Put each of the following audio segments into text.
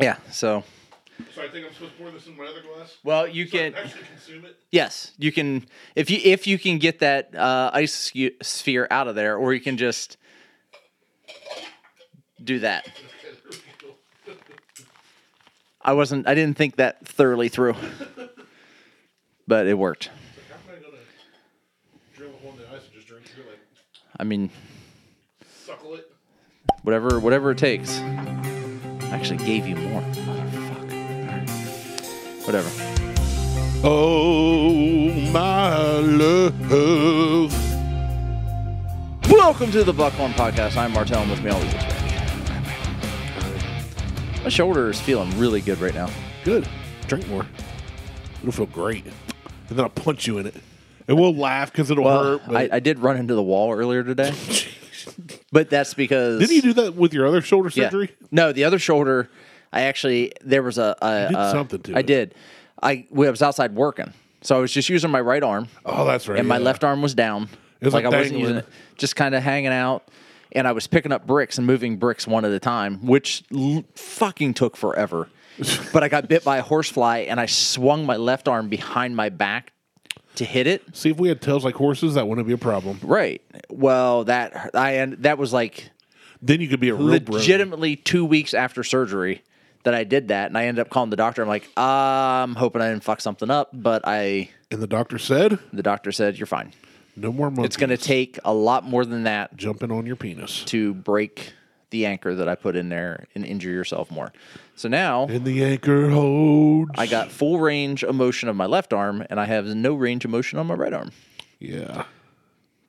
Yeah. So So I think I'm supposed to pour this in my other glass. well, you So I can actually consume it. yes, you can if you if you can get that uh, ice scu- sphere out of there, or you can just do that. Okay, there we go. I wasn't. I didn't think that thoroughly through, but it worked. Like, how am I gonna drill a hole in the ice and just drink it? Like I mean, suckle it. whatever whatever it takes. I actually gave you more. Motherfucker. All right. Whatever. Oh, my love. Welcome to the Buckhorn Podcast. I'm Martel, and with me always is Rich. My shoulder is feeling really good right now. Good. Drink more. It'll feel great. And then I'll punch you in it. And we'll laugh because it'll Well, hurt. I, But... I did run into the wall earlier today, but that's because Didn't you do that with your other shoulder Yeah. surgery? No, the other shoulder. I actually there was a, a did a- something to I it. did. I we- I was outside working, so I was just using my right arm, Oh, that's right. and my yeah. left arm was down. was like I like wasn't dangling. using it, just kind of hanging out. And I was picking up bricks and moving bricks one at a time, which l- fucking took forever. but I got bit by a horsefly, and I swung my left arm behind my back to hit it. See, if we had tails like horses, that wouldn't be a problem. Right. Well, that I and that was like Then you could be a real bro. legitimately two weeks after surgery that I did that, and I ended up calling the doctor. I'm like, I'm hoping I didn't fuck something up, but I. And the doctor said, The doctor said you're fine. no more monkeys. It's going to take a lot more than that Jumping on your penis. to break the anchor that I put in there and injure yourself more. So now And the anchor holds. I got full range of motion of my left arm, and I have no range of motion on my right arm. Yeah.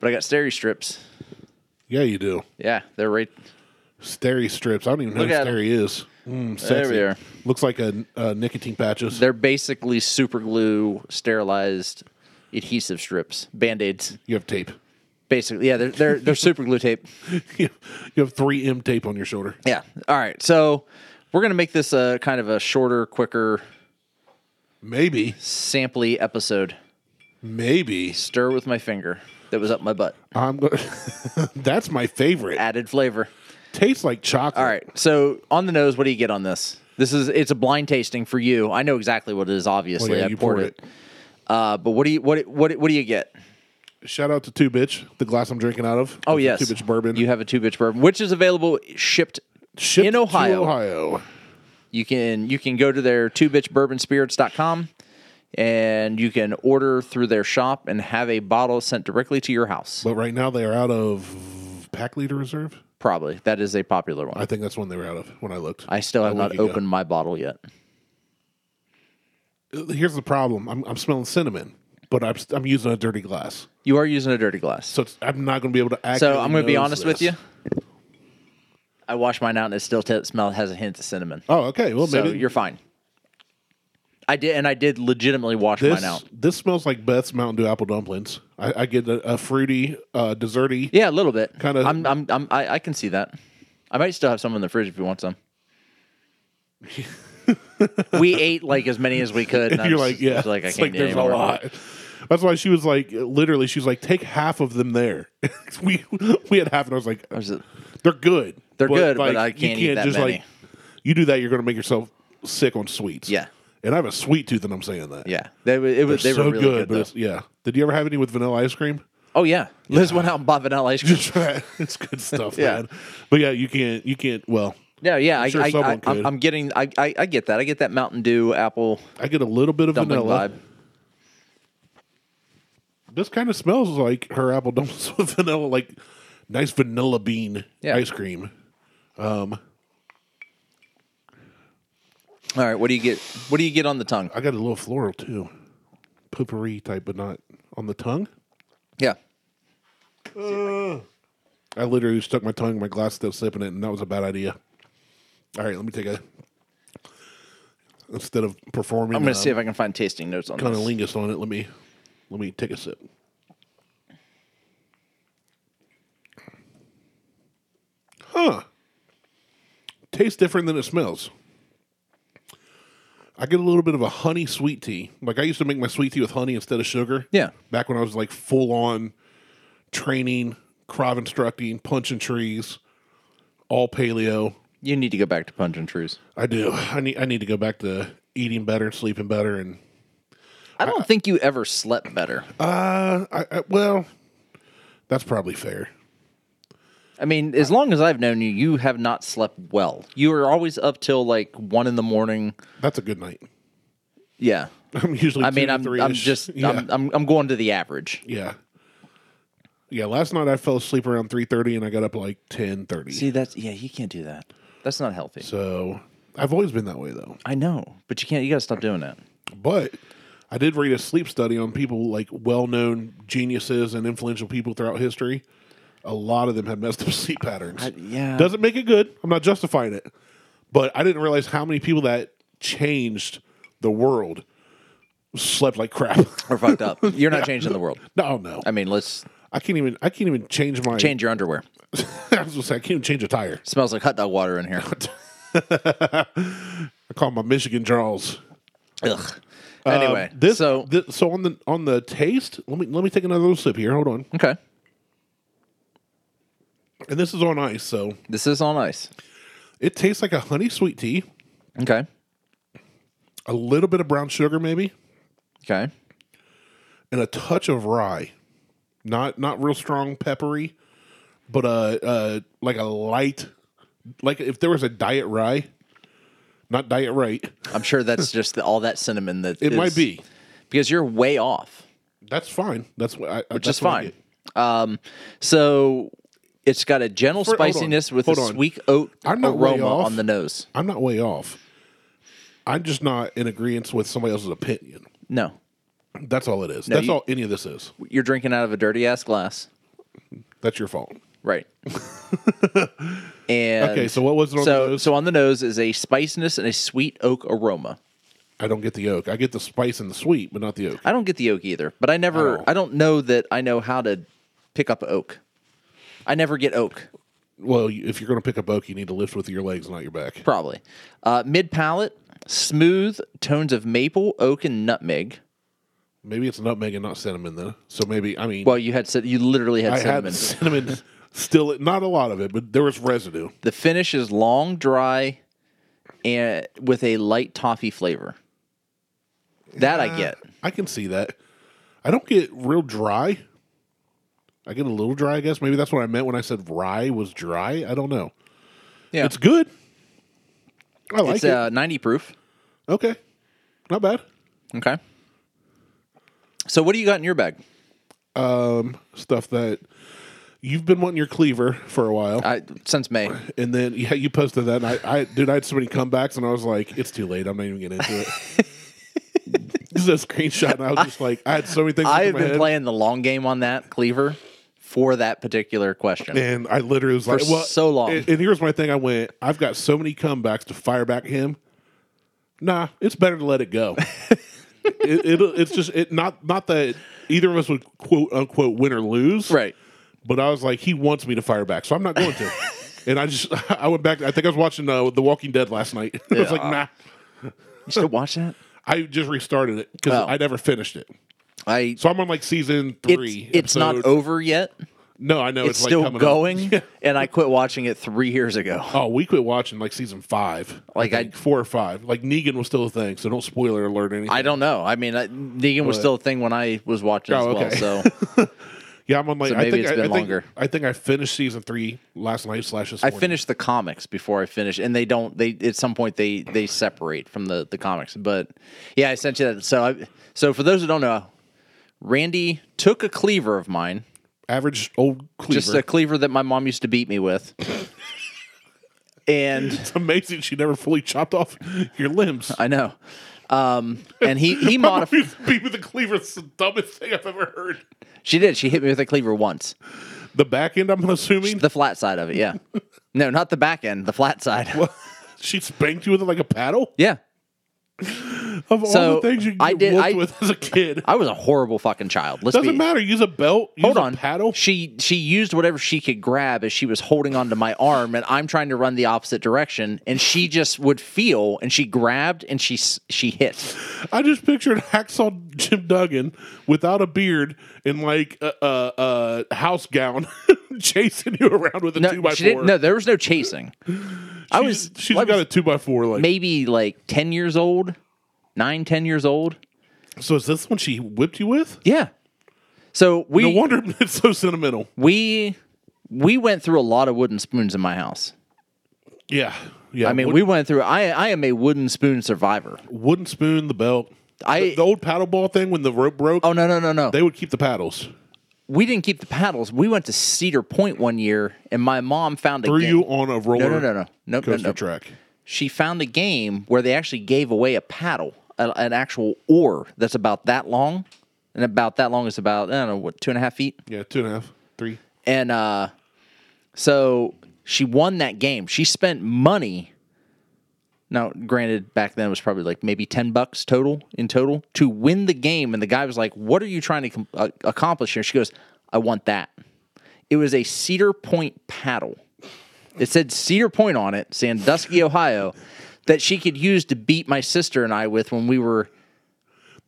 But I got steri strips. Yeah, you do. Yeah, they're right. Steri strips. I don't even know Look what at steri is. Mm, There sexy. we are. Looks like a, a nicotine patches. They're basically super glue sterilized adhesive strips, band aids. You have tape. Basically, yeah, they're they're they're super glue tape. you have 3M tape on your shoulder. Yeah. All right. So we're gonna make this a kind of a shorter, quicker, Maybe. sampley episode. Maybe. Stir with my finger that was up my butt. I'm going That's my favorite. Added flavor. Tastes like chocolate. All right. So on the nose, what do you get on this? This is it's a blind tasting for you. I know exactly what it is. Obviously, Oh, yeah, I you poured, poured it. Uh, but what do you what what what do you get? Shout out to Two Bitch, the glass I'm drinking out of. Oh It's a yes, Two Bitch bourbon. You have a two bitch bourbon, which is available shipped. Shipped in to Ohio. Ohio. You can you can go to their two bitch bourbon spirits.com and you can order through their shop and have a bottle sent directly to your house. But right now they are out of Pack Leader Reserve. Probably that is a popular one. I think that's one they were out of when I looked. I still have A not week ago. opened my bottle yet. Uh, Here's the problem. I'm, I'm smelling cinnamon, but I'm, I'm using a dirty glass. You are using a dirty glass, so, So it's, I'm not going to be able to act. I'm going to be honest with you. I washed mine out and it still t- smell has a hint of cinnamon. Oh, okay. Well, so maybe you're fine. I did, and I did legitimately wash this mine out. this smells like Beth's Mountain Dew apple dumplings. I, I get a, a fruity, uh, desserty. Yeah, a little bit. Kinda- I'm, I'm, I'm, I, I can see that. I might still have some in the fridge if you want some. we ate like as many as we could. And I You're was like, just- yeah, was like I it's can't like do there's a anymore. lot. That's why she was like, literally, she's like, take half of them there. we we had half, and I was like, I was- they're good. They're good, but I can't eat that many. Like, you do that, you're going to make yourself sick on sweets. Yeah. And I have a sweet tooth, and I'm saying that. yeah, they, were- it was, they so were really good, good. but though. it's, yeah. Did you ever have any with vanilla ice cream? oh yeah. Liz went out and bought vanilla ice cream. it's good stuff, Yeah. man. But yeah, you can't. You can't. Well, No, yeah, i sure I, someone I, I'm, could. I'm getting, I, I, I get that. I get that Mountain Dew apple I get a little bit of dumpling vanilla. vibe. This kind of smells like her apple dumplings with vanilla, like nice vanilla bean Yeah. ice cream. All right, what do you get? What do you get on the tongue? I got a little floral too, potpourri type, but not on the tongue. Yeah, I literally stuck my tongue in my glass, still sipping it, and that was a bad idea. All right, let me take a. Instead of performing, uh, I'm gonna see if I can find tasting notes on kind of this. lingus on it. Let me, let me take a sip. Huh? Tastes different than it smells. I get a little bit of a honey sweet tea. Like I used to make my sweet tea with honey instead of sugar. Yeah. Back when I was like full on training, crop instructing, punching trees, all paleo. You need to go back to Punch and Trues. I do. I need I need to go back to eating better and sleeping better and I don't think you ever slept better. uh I, I well that's probably fair. I mean, as long as I've known you, you have not slept well. You are always up till like one in the morning. That's a good night. Yeah. I'm usually I two mean, to I'm, I'm three-ish. just, yeah. I'm, I'm, I'm going to the average. yeah. Yeah, last night I fell asleep around 3:30 and I got up like 10:30. See, that's, yeah, you can't do that. That's not healthy. so I've always been that way though. I know, but you can't, you got to stop doing that. But I did read a sleep study on people like well-known geniuses and influential people throughout history. A lot of them had messed up sleep patterns. yeah. doesn't make it good. I'm not justifying it, but I didn't realize how many people that changed the world slept like crap. We're fucked up. You're not changing the world. no, no, I mean, let's I can't even. I can't even change my. change your underwear. I was gonna say I can't even change a tire. smells like hot dog water in here. I call 'em my Michigan draws. Ugh. Anyway, Um, this so thi- so on the on the taste. Let me let me take another little sip here. Hold on, okay, and this is on ice, so this is on ice. It tastes like a honey sweet tea, Okay, a little bit of brown sugar maybe, okay, and a touch of rye. Not not real strong peppery, but uh uh like a light like if there was a diet rye, not diet right. I'm sure that's just the, all that cinnamon that It might is- be. because you're way off, That's fine. That's what I which is fine. Um, so it's got a gentle For- hold on, spiciness with a hold on. sweet oat I'm not way aroma off. on the nose. I'm not way off. I'm just not in agreement with somebody else's opinion. No, That's all it is. That's you- all any of this is. you're drinking out of a dirty ass glass, That's your fault. right? and Okay, so what was it on so the nose? so on the nose is a spiciness and a sweet oak aroma. I don't get the oak. I get the spice and the sweet, but not the oak. I don't get the oak either, but I never, Oh. I don't know that I know how to pick up oak. I never get oak, Well, you- if you're going to pick a boke, you need to lift with your legs, not your back. probably. Uh, Mid palate, smooth tones of maple, oak, and nutmeg. Maybe it's nutmeg and not cinnamon, though. So maybe I mean, Well, you had said you literally had I cinnamon. had cinnamon still, not a lot of it, but there was residue. The finish is long, dry, and with a light toffee flavor. That I get. I can see that. I don't get real dry. I get a little dry, I guess. Maybe that's what I meant when I said rye was dry. I don't know. Yeah, It's good. I like it's it. uh, ninety proof. okay, not bad. Okay. So what do you got in your bag? Stuff that you've been wanting your cleaver for a while. I, since May. And then yeah, you posted that. And I, I dude, I had so many comebacks, and I was like, it's too late. I'm not even getting into it. this is a screenshot, and I was just like, I had so many things. I in have my been head, playing the long game on that cleaver for that particular question. and I literally was like, well, so long. And, and here's my thing: I went, I've got so many comebacks to fire back him. Nah, it's better to let it go. it, it'll it's just it not not that either of us would quote unquote win or lose, Right. But I was like, he wants me to fire back, so I'm not going to. and I just, I went back. I think I was watching uh, The Walking Dead last night. I was like, nah. You still watch that? I just restarted it because Oh. I never finished it. I So I'm on like season three. it's, it's not episode- over yet. No, I know It's, it's, like still coming up. going, and I quit watching it three years ago. Oh, we quit watching like season five, Like, I- think, four or five. Like Negan was still a thing, so don't spoiler alert anything. I don't know. I mean, I, Negan was But- still a thing when I was watching Oh, as okay. well. So yeah, I'm on like So I maybe think it's I, been I think- longer. I think I finished season three last night slash this I morning. finished the comics before I finished, and they don't. They at some point they they separate from the the comics. But yeah, I sent you that. So I, so for those who don't know, Randy took a cleaver of mine. average old cleaver. just a cleaver that my mom used to beat me with. and it's amazing she never fully chopped off your limbs. I know. Um, and he he modified. Beat with a cleaver is the dumbest thing I've ever heard. She did. She hit me with a cleaver once. The back end, I'm assuming The flat side of it. Yeah. No, not the back end. The flat side. she spanked you with it like a paddle. Yeah. Of all So, the things you can I get did- whooped I- with as a kid, I was a horrible fucking child. Let's doesn't be. matter. Use a belt. Use Hold a on. Paddle. She she used whatever she could grab as she was holding onto my arm, and I'm trying to run the opposite direction, and she just would feel, and she grabbed, and she s- she hit. I just pictured hacksaw Jim Duggan without a beard and like a, a, a house gown chasing you around with a No, two by she four. didn't. No, there was no chasing. I was she's I was got a two by four like maybe like ten years old, nine, ten years old. so is this one she whipped you with? Yeah. So we No wonder it's so sentimental. we we went through a lot of wooden spoons in my house. Yeah. Yeah. I mean, we went through. I I am a wooden spoon survivor. wooden spoon, the belt. I- the, the old paddle ball thing when the rope broke, Oh no no no no! they would keep the paddles. we didn't keep the paddles. We went to Cedar Point one year, and my mom found a Threw game. you on a roller no no no no no no, coaster no. track. She found a game where they actually gave away a paddle, a, an actual oar that's about that long, and about that long is about I don't know what two and a half feet. Yeah, two and a half, three. And uh, so she won that game. She spent money. Now, granted, back then it was probably like maybe 10 bucks total in total to win the game. And the guy was like, What are you trying to com- uh, accomplish here? She goes, I want that. It was a Cedar Point paddle. It said Cedar Point on it, Sandusky, Ohio, that she could use to beat my sister and I with when we were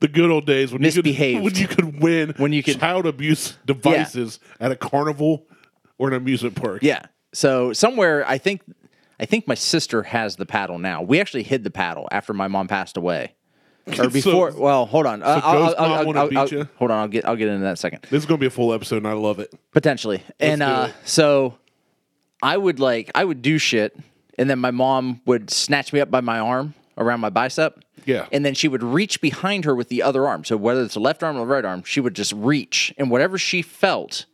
The good old days when Misbehaved. you could, when you could win When you could- child abuse devices at a carnival or an amusement park. Yeah. So somewhere I think I think my sister has the paddle now. We actually hid the paddle after my mom passed away. Or before well, hold on. Uh, I'll- Ghost I'll- Mom I'll- wanna I'll- beat I'll- ya? hold on, I'll get I'll get into that in a second. This is going to be a full episode, and I love it. Potentially. and do uh it. so I would like I would do shit and then my mom would snatch me up by my arm around my bicep. Yeah. And then she would reach behind her with the other arm. So whether it's the left arm or the right arm, she would just reach and whatever she felt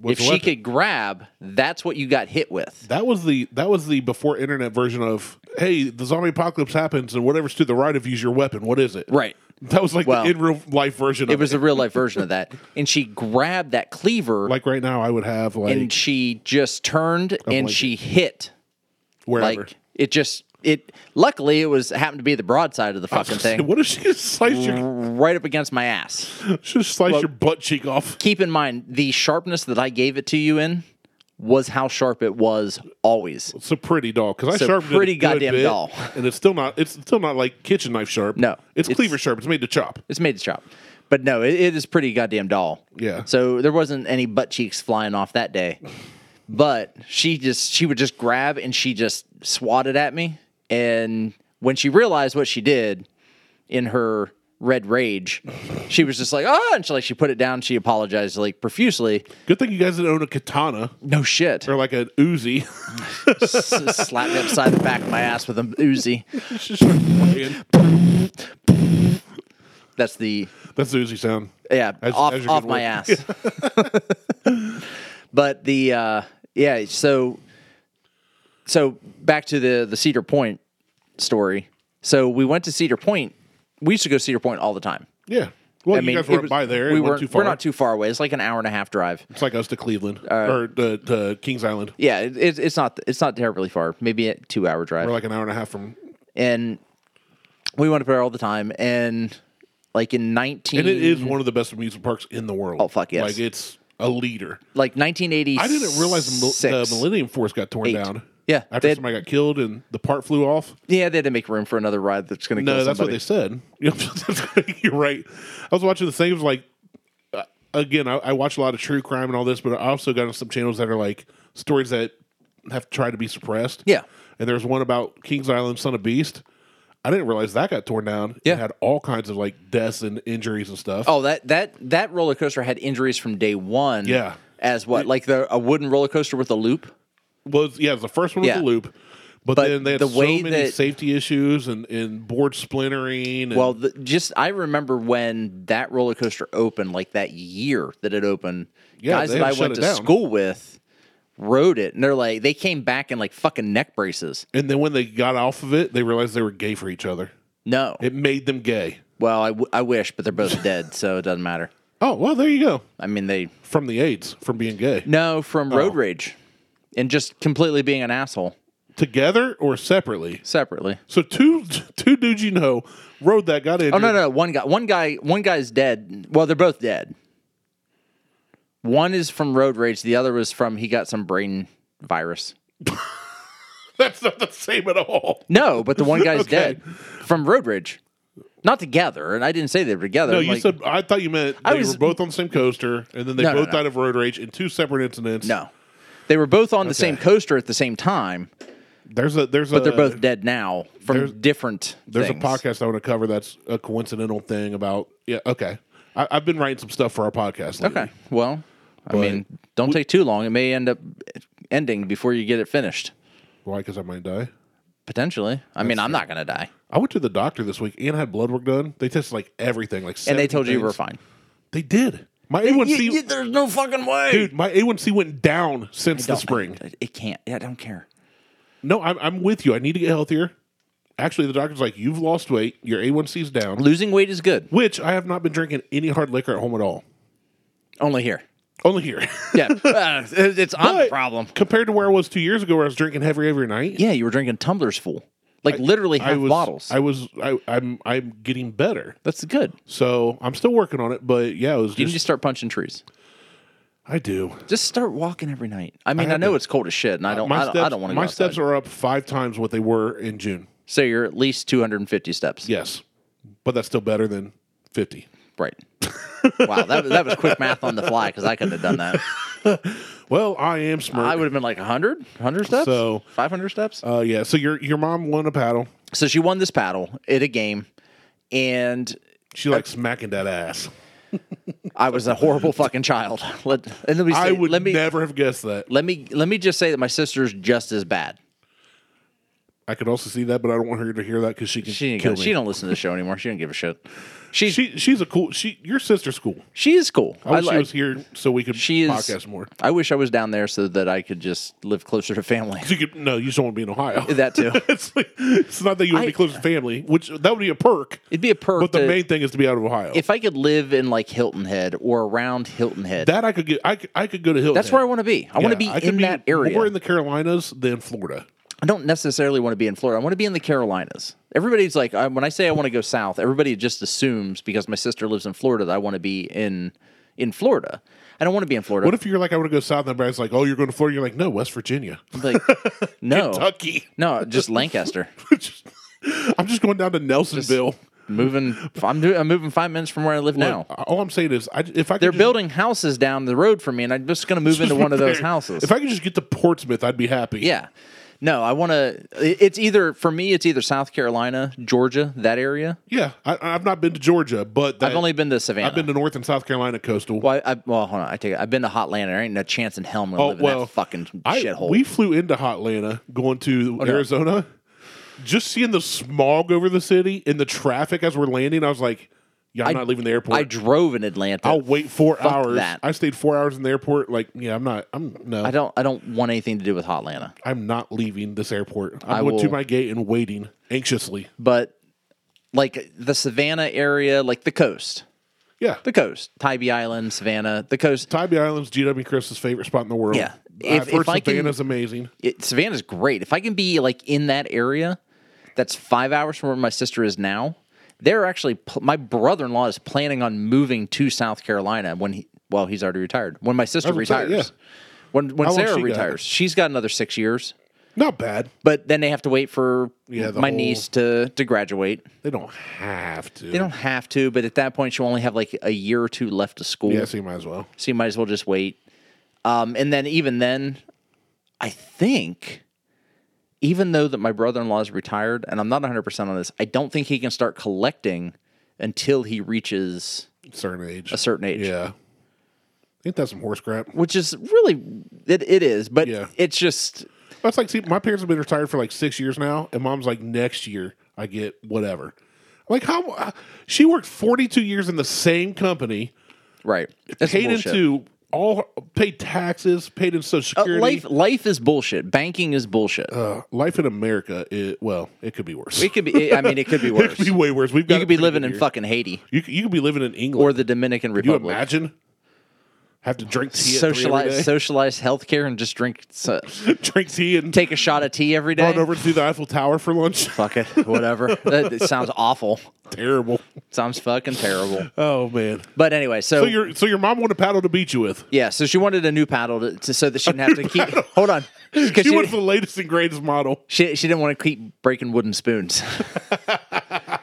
Was if the she weapon. could grab, that's what you got hit with. That was the that was the before internet version of hey, the zombie apocalypse happens, and whatever's to the right of you is your weapon. What is it? Right. That was like Well, the in real life version. of It was a real life version of that. And she grabbed that cleaver like right now. I would have like and she just turned and blanket. she hit. wherever. Like it just it luckily it was happened to be the broadside of the fucking thing. What if she just sliced Mm. your Right up against my ass. just sliced your butt cheek off? Keep in mind the sharpness that I gave it to you in was how sharp it was always. It's a pretty doll because I It's a sharpened pretty it a good goddamn bit, doll. and it's still not. It's still not like kitchen knife sharp. No, it's, it's- cleaver sharp. It's made to chop. It's made to chop. But no, it, it is pretty goddamn dull. Yeah. So there wasn't any butt cheeks flying off that day. But she just she would just grab and she just swatted at me. And when she realized what she did in her red rage, she was just like, oh, and she like she put it down, she apologized like profusely. Good thing you guys didn't own a katana No shit. or like an Uzi. S- slapped me upside the back of my ass with an Uzi. It's just playing. That's the That's the Uzi sound. Yeah, As- off as you're off getting my old. ass. but the uh, yeah, so so back to the the Cedar Point story. So we went to Cedar Point. We used to go to Cedar Point all the time. Yeah. Well, you guys it weren't was- by there. We We weren't weren't. too far. We're not Uh, too far away. It's like an hour and a half drive. It's like us to Cleveland or to, to Kings Island. Yeah, it, it's it's not it's not terribly far. Maybe a two hour drive. We're like an hour and a half from. and we went up there all the time. And like in nineteen, And it is one of the best amusement parks in the world. Mm-hmm. Oh, fuck yes. Like it's a leader. like nineteen eighty. I didn't realize the, mil- the Millennium Force got torn down. Yeah, After they had- somebody got killed and the part flew off. Yeah, they had to make room for another ride that's going to No, kill that's what somebody. they said. You're right. I was watching the thing. It was like, uh, again, I, I watch a lot of true crime and all this, but I also got on some channels that are like stories that have tried to be suppressed. Yeah. And there's one about Kings Island, Son of Beast. I didn't realize that got torn down. Yeah. It had all kinds of like deaths and injuries and stuff. oh, that that that roller coaster had injuries from day one. Yeah. as what like the a wooden roller coaster with a loop. was yeah, it was the first one with Yeah. the loop. But, But then they had the so way many that- safety issues and, and board splintering. And, Well, the, just I remember when that roller coaster opened, like that year that it opened. Yeah, guys they that had I to went shut to it down. school with rode it, and they're like they came back in like fucking neck braces. and then when they got off of it, they realized they were gay for each other. No, It made them gay. well, I, w- I wish, but they're both dead, so it doesn't matter. Oh well, there you go. I mean, they From the AIDS, from being gay no Oh. from road rage, and just completely being an asshole together or separately. separately. So two two dudes you know rode that got injured. Oh no, no, one guy, one guy, one guy's dead. Well, they're both dead. One is from road rage. The other was from he got some brain virus. that's not the same at all. No, but the one guy's Okay. dead from road rage. Not together, and I didn't say they were together. No, I'm you like, said I thought you meant they I was- were both on the same coaster, and then they No, no, both no. died of road rage in two separate incidents. no. They were both on the same coaster at the same time, There's a there's But a they're both dead now from Uh, there's- different. there's things. a podcast I want to cover that's a coincidental thing about yeah okay I, I've been writing some stuff for our podcast lately. Okay. Well, I mean, don't take too long. It may end up ending before you get it finished. why because I might die Potentially. I mean, I'm not going to die. I went to the doctor this week and had blood work done they tested like everything like And they 70 told you you were things. fine. they did my A one C there's no fucking way. dude my A one C went down since the Don't- spring I- it can't. I don't care. no I'm I'm with you I need to get healthier actually the doctor's like you've lost weight your A one C's down Losing weight is good. which I have not been drinking any hard liquor at home at all Only here. only here. Yeah. Uh, it- it's on the But problem. compared to where I was two years ago, where I was drinking heavy every night. Yeah, you were drinking tumblers full. Like literally half I was bottles. I was I, I'm I'm getting better. That's good. So I'm still working on it, but yeah, it was You just, need to start punching trees. I do. Just start walking every night. I mean, I, have know to- Uh, it's cold as shit, and I don't. My I, steps, don't- I don't want to. my steps are up five times what they were in June. So you're at least 250 steps. Yes. But that's still better than fifty. Right. wow, that, that was quick math on the fly because I couldn't have done that. Well, I am smart. I would have been like 100, 100 steps, So- 500 steps. uh yeah. So your your mom won a paddle. so she won this paddle at a game, and She like smacking that ass. I was a horrible fucking child. Let, and let me say, I would let me never have guessed that. let me let me just say that my sister's just as bad. I could also see that, but I don't want her to hear that because she can She ain't kill gonna- me. she don't listen to the show anymore. She don't give a shit. She's she, she she's a cool. She your sister's cool. is cool. I wish li- she was here so we could She is- podcast more. I wish I was down there so that I could just live closer to family. You could, no, you just don't want to be in Ohio. That too. it's, like, it's not that you want to I- be close to family, which that would be a perk. It'd be a perk. But the to- main thing is to be out of Ohio. if I could live in like Hilton Head or around Hilton Head, that I could get, I could, I could go to Hilton. that's where I want to be. I want to be in that area. More in the Carolinas than Florida. I don't necessarily want to be in Florida. I want to be in the Carolinas. Everybody's like, I, when I say I want to go south, everybody just assumes because my sister lives in Florida that I want to be in in Florida. I don't want to be in Florida. What if you're like, I want to go south, and everybody's like, oh, you're going to Florida? You're like, no, West Virginia, I'm like, no, Kentucky. Oh. no, just Lancaster. Just- I'm just going down to Nelsonville. Moving, I'm, do- I'm moving five minutes from where I live now. All I'm saying is, I, if I could They're just- building houses down the road from me, and I'm just going to move into one of those houses. If I could just get to Portsmouth, I'd be happy. Yeah. No, I want to. It's either for me. It's either South Carolina, Georgia, that area. yeah. I, I've not been to Georgia, but that, I've only been to Savannah. I've been to North and South Carolina coastal. Well, I, I, well, hold on. I take it. I've been to Hotlanta. There ain't no chance in hell I'm gonna Oh, live in well, that fucking I- shithole. Oh, We flew into Hotlanta going to Arizona. Just seeing the smog over the city and the traffic as we're landing, I was like, "Yeah, I'm not leaving the airport. I drove in Atlanta. I'll wait four Fuck hours." that. I stayed four hours in the airport. Like, yeah, I'm not. I'm no. I don't. I don't want anything to do with Hotlanta. I'm not leaving this airport. I'm I going to will- my gate and waiting anxiously. But like the Savannah area, like the coast, Yeah, the coast, Tybee Island, Savannah, the coast. Tybee Island's GW Chris's favorite spot in the world. Uh, Yeah. I've If- heard if I can- Savannah's amazing. It, Savannah's great. If I can be like in that area, that's five hours from where my sister is now. They're actually pl- my brother-in-law is planning on moving to South Carolina when he. Well, he's already retired. When my sister was gonna say, retires, when when How long Sarah she got? retires, she's got another six years. Not bad. But then they have to wait for Yeah, the my whole- niece to to graduate. They don't have to. They don't have to, but at that point, she'll only have like a year or two left to school. Yeah, so you might as well. So you might as well just wait. Um, and then even then, I think, even though that my brother in law is retired, and I'm not 100 percent on this, I don't think he can start collecting until he reaches Certain age. a certain age. Yeah. Ain't that some horse crap? Which is really it, it is, but Yeah. it's just That's like, see, my parents have been retired for like six years now, and mom's like, next year I get whatever. Like, how? uh, She worked 42 years in the same company, right. That's paid bullshit. into all, paid taxes, paid in Social Uh, Security. life life is bullshit. Banking is bullshit. Uh, life in America, it, well, it could be worse. It could be. I mean, it could be It worse. could be way worse. We've got you it could be pretty living good in here. fucking Haiti You, c- you could be living in England. or the Dominican you Republic. imagine? Have to drink tea, Socialize, socialize, socialize healthcare, and just drink, so, drink tea, and take a shot of tea every day. run over to the Eiffel Tower for lunch. Fuck it, whatever. that, that sounds awful. Terrible. Sounds fucking terrible. Oh man. But anyway, so, So your so your mom wanted a paddle to beat you with. yeah, so she wanted a new paddle to, to- so that she didn't have to keep. Hold on, 'Cause She, she, went for the latest and greatest model. she she didn't want to keep breaking wooden spoons.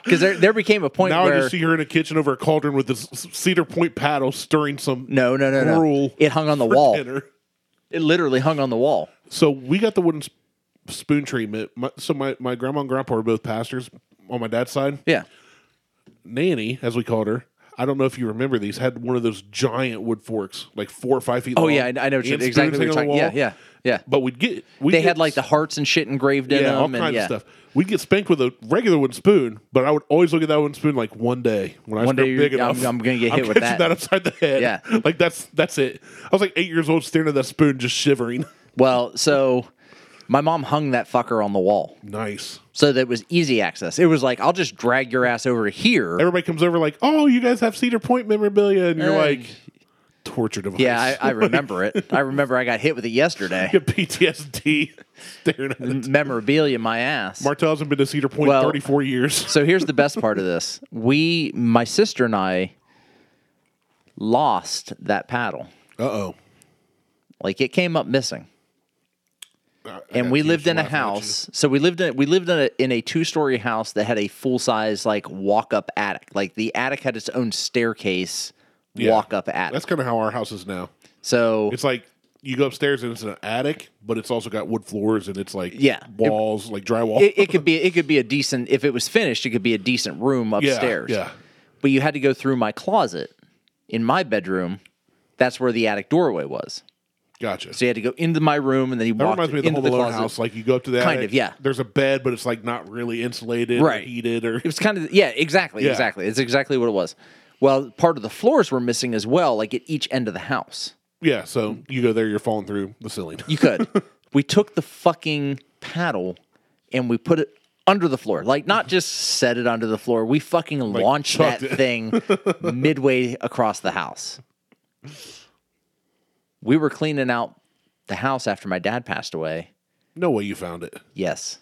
Because there, there became a point Now where I just see her in a kitchen over a cauldron with this cedar point paddle stirring some no, no, no, no. gruel It hung on the for wall. dinner. It literally hung on the wall. So we got the wooden s- spoon treatment. My, so my, my grandma and grandpa were both pastors on my dad's side. Yeah. Nanny, as we called her, I don't know if you remember these, had one of those giant wood forks, like four or five feet Oh long. yeah, I, I know what you- and exactly spoons what you're talking. hanging on the Yeah, wall. yeah, yeah. But we'd get we they had like the hearts and shit engraved in yeah, them, all and kinds yeah. of stuff. We'd get spanked with a regular wooden spoon, but I would always look at that wooden spoon like one day when I One grow day big you're- I'm- enough, I'm gonna get hit with catching that. upside the head. Yeah. like that's that's it. I was like eight years old, staring at that spoon, just shivering. Well, so my mom hung that fucker on the wall, nice. so that it was easy access. It was like I'll just drag your ass over here. Everybody comes over like, oh, you guys have Cedar Point memorabilia, and you're Uh, like, torture device. Yeah, I, I remember it. I remember I got hit with it yesterday. Get PTSD staring at it. Memorabilia, my ass. Martell hasn't been to Cedar Point Well- in 34 years. So here's the best part of this. We, my sister and I, lost that paddle. Uh oh. Like it came up missing. And we lived in a house. So we lived in we lived in a in a two story house that had a full size like walk up attic. Like the attic had its own staircase walk up attic. That's kind of how our house is now. so It's like you go upstairs and it's an attic, but it's also got wood floors and it's like Yeah. walls, like drywall. it, it could be it could be a decent if it was finished, it could be a decent room yeah, upstairs. Yeah. But you had to go through my closet in my bedroom. That's where the attic doorway was. Gotcha. So you had to go into my room and then you that walked reminds me of the into Home the Alone closet. house. Like you go up to the Kind attic, of, yeah. There's a bed, but it's like not really insulated or Right. heated or It was kind of yeah, exactly, Yeah. exactly. It's exactly what it was. Well, part of the floors were missing as well, like at each end of the house. yeah. So you go there, you're falling through the ceiling. You could. we took the fucking paddle and we put it under the floor. Like not just set it under the floor. We fucking launched that chucked it. thing midway across the house. We were cleaning out the house after my dad passed away. No way you found it. Yes.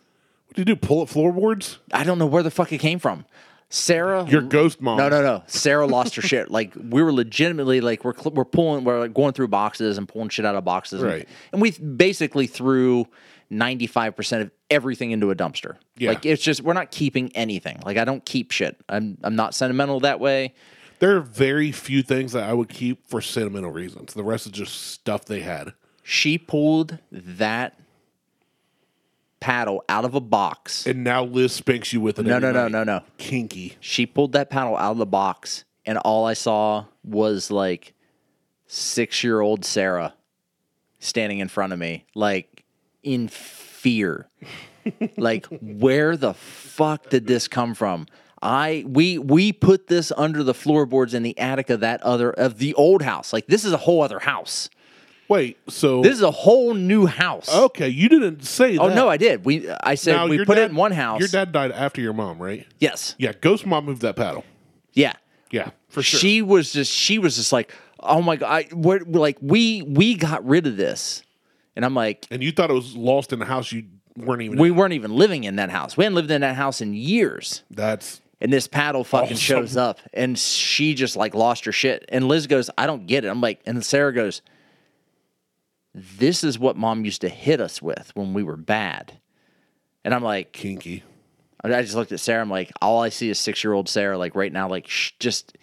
What do you do? Pull up floorboards? I don't know where the fuck it came from. Sarah Your ghost mom. No, no, no. Sarah lost her shit. Like we were legitimately like we're cl- we're pulling we're like going through boxes and pulling shit out of boxes. and- Right. And, we basically threw 95% of everything into a dumpster. Yeah. Like it's just we're not keeping anything. Like I don't keep shit. I'm I'm not sentimental that way. There are very few things that I would keep for sentimental reasons. The rest is just stuff they had. She pulled that paddle out of a box. And now Liz spanks you with it. No, every no, no, night. no, no. Kinky. She pulled that paddle out of the box and all I saw was like 6-year-old Sarah standing in front of me, like in fear. like, where the fuck did this come from? I we we put this under the floorboards in the attic of that other of the old house. Like this is a whole other house. Wait, so This is a whole new house. okay, you didn't say Oh that. no, I did. We I said Oh, Now, we your put it dad- in one house. Your dad died after your mom, right? yes. Yeah, Ghost Mom moved that paddle. Yeah. Yeah, for sure. She was just she was just like, "Oh my god, I, we're, we're like we we got rid of this." And I'm like, and you thought it was lost in the house you weren't even "We weren't even living in that house. We hadn't lived in that house in years." That's And this paddle fucking Awesome. shows up and she just like lost her shit. And Liz goes, I don't get it. I'm like, and Sarah goes, This is what mom used to hit us with when we were bad. And I'm like, kinky. I I just looked at Sarah. I'm like, all I see is six year old Sarah, like right now, like sh- just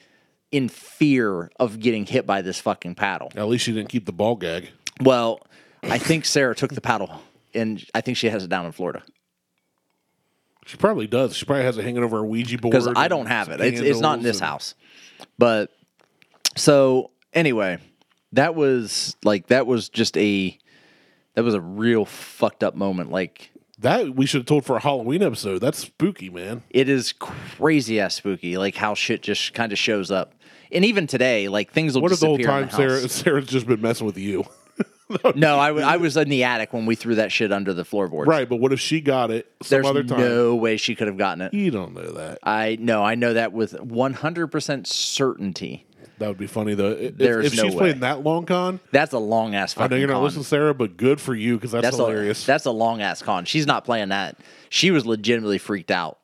in fear of getting hit by this fucking paddle. At least you didn't keep the ball gag. Well, I think Sarah took the paddle, and I think she has it down in Florida She probably does. She probably has it hanging over a Ouija board. because I and don't have it. some It's, it's not in candles this and- house. But so anyway, that was like that was just a that was a real fucked up moment. Like That we should have told for a Halloween episode. That's spooky, man. it is crazy ass spooky. Like how shit just kind of shows up. And even today, like things will What if the disappear. whole in time the house. Sarah Sarah's just been messing with you? No, I wa- I was in the attic when we threw that shit under the floorboards. right, but what if she got it some There's other time? no way she could have gotten it. You don't know that. I no, I know that with 100% certainty. That would be funny though. If, There's if no she's way. playing that long con, That's a long ass I fucking know you're not con. listening, Sarah, but good for you because that's, that's hilarious. A, that's a long ass con. She's not playing that. She was legitimately freaked out.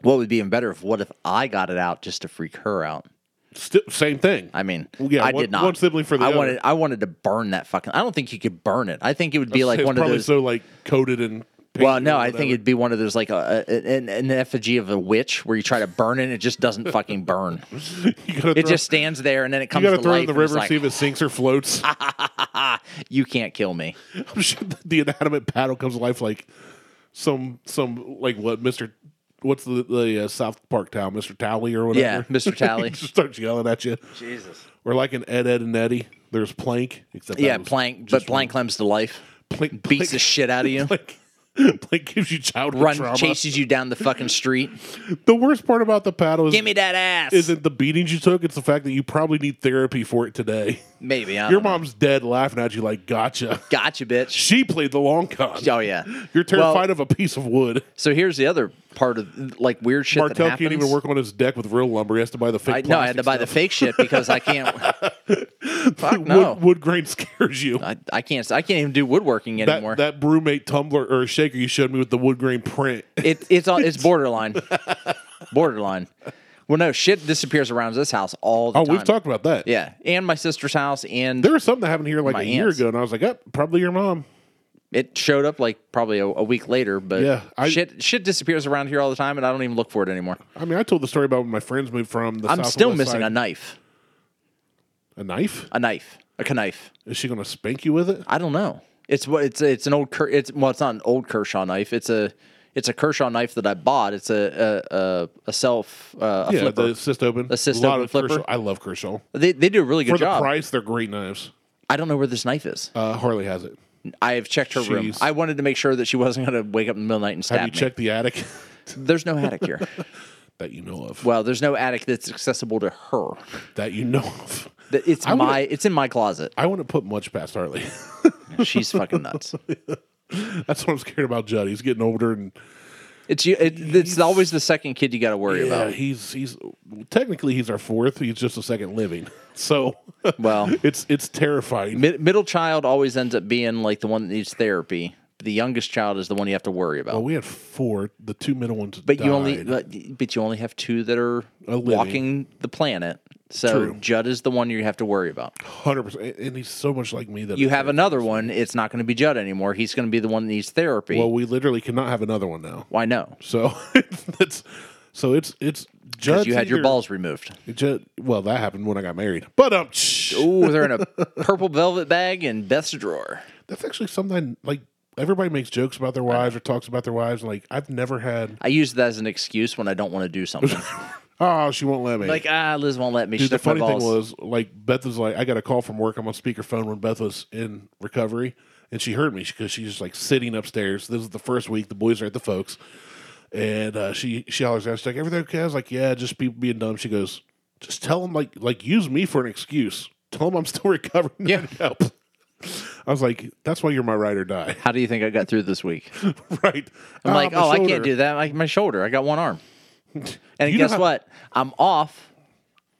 What would be even better if what if I got it out just to freak her out? Still, same thing. I mean, Well, yeah, I one- did not. one sibling for the I other. wanted I wanted to burn that fucking I don't think you could burn it. I think it would be like it's one of probably those so like coated and. Well, no, I think it'd be one of those like a, a- an, an effigy of a witch where you try to burn it and it just doesn't fucking burn. you gotta It throw, just stands there and then it you comes gotta to throw it life. in the and it's river, like, see if it sinks or floats. you can't kill me. I'm sure that the inanimate paddle comes to life like some some like what Mister what's the the uh, South Park town Mister Tally or whatever. Yeah, Mr. Tally. Just starts yelling at you. Jesus. Or like in Ed Ed and Eddie, there's Plank. Except that Yeah, was Plank, but just Plank climbs to life, Plank beats the shit out of you, Plank, Plank gives you childhood run trauma. chases you down the fucking street. The worst part about the paddle is Give me that ass. isn't the beatings you took; it's the fact that you probably need therapy for it today. Maybe I Your don't know. mom's dead, laughing at you like "Gotcha." Gotcha, bitch. She played the long con. Oh yeah. You're terrified Well, of a piece of wood. so here's the other part of like weird shit that Martel happens. can't even work on his deck with real lumber. He has to buy the fake. I, no, I had to buy the fake shit because I can't. fuck no. wood, wood grain scares you. I, I can't. I can't even do woodworking anymore. That, that brewmate tumbler or shaker you showed me with the wood grain print. It, it's all, it's borderline. borderline. Well, no shit disappears around this house all the Oh, time. we've talked about that. Yeah, and my sister's house, and There was something that happened here like My a year aunts. ago, and I was like, "Yep, probably your mom." it showed up like probably a, a week later. But Yeah, I- shit, shit disappears around here all the time, and I don't even look for it anymore. I mean, I told the story about when my friends moved from the. I'm still southwest missing a side. knife, a knife. a knife, a knife. Is she going to spank you with it? I don't know. It's what it's it's an old Ker- it's well it's not an old Kershaw knife. It's a it's a Kershaw knife that I bought. It's a a a, a self uh, a yeah, flipper. the cyst open. The cyst A lot open of flipper. Kershaw- I love Kershaw. They they do a really good For the job. price, they're great knives. I don't know where this knife is. Uh, Harley has it. I have checked her room. Jeez. I wanted to make sure that she wasn't going to wake up in the middle of the night and stab Have you me. checked the attic There's no attic here. that you know of? well, there's no attic that's accessible to her. that you know of. That- It's I wouldn't- my it's in my closet. I wouldn't put much past Harley. She's fucking nuts. That's what I'm scared about. Judd. He's getting older, and It's you. It, it's always the second kid you got to worry yeah, about. uh, he's he's technically he's our fourth. He's just a second living. So Well, it's it's terrifying. mid, middle child always ends up being like the one that needs therapy. The youngest child is the one you have to worry about. Well, Uh, we had four. The two middle ones, But you only died. but, but you only have two that are living. walking the planet. So True. Judd is the one you have to worry about. hundred percent. And he's so much like me that You have another one, it's not going to be Judd anymore. He's going to be the one that needs therapy. Well, we literally cannot have another one now. Why no? So it's so it's it's Judd's Because you had your either- balls removed. Judd, well, that happened when I got married. But um, shh. Ooh, they're in a purple velvet bag in Beth's drawer. that's actually something like everybody makes jokes about their wives or talks about their wives. and, Like I've never had. I use that as an excuse when I don't want to do something. Oh, she won't let me. like, ah, Liz won't let me. She Dude, the took my funny thing balls. was, like, Beth was like, I got a call from work. I'm on speakerphone when Beth was in recovery, and she heard me because she's just like sitting upstairs. This is the first week. The boys are at the folks, and uh, she she hollers out, she's like, "Everything okay?" I was like, "Yeah, just people being dumb." She goes, "Just tell them like like use me for an excuse. Tell them I'm still recovering. and Yeah. need help." I was like, "That's why you're my ride or die, How do you think I got through this week? right?" I'm like, oh, I can't do that. Like my shoulder, I got one arm. And You know guess how- what? I'm off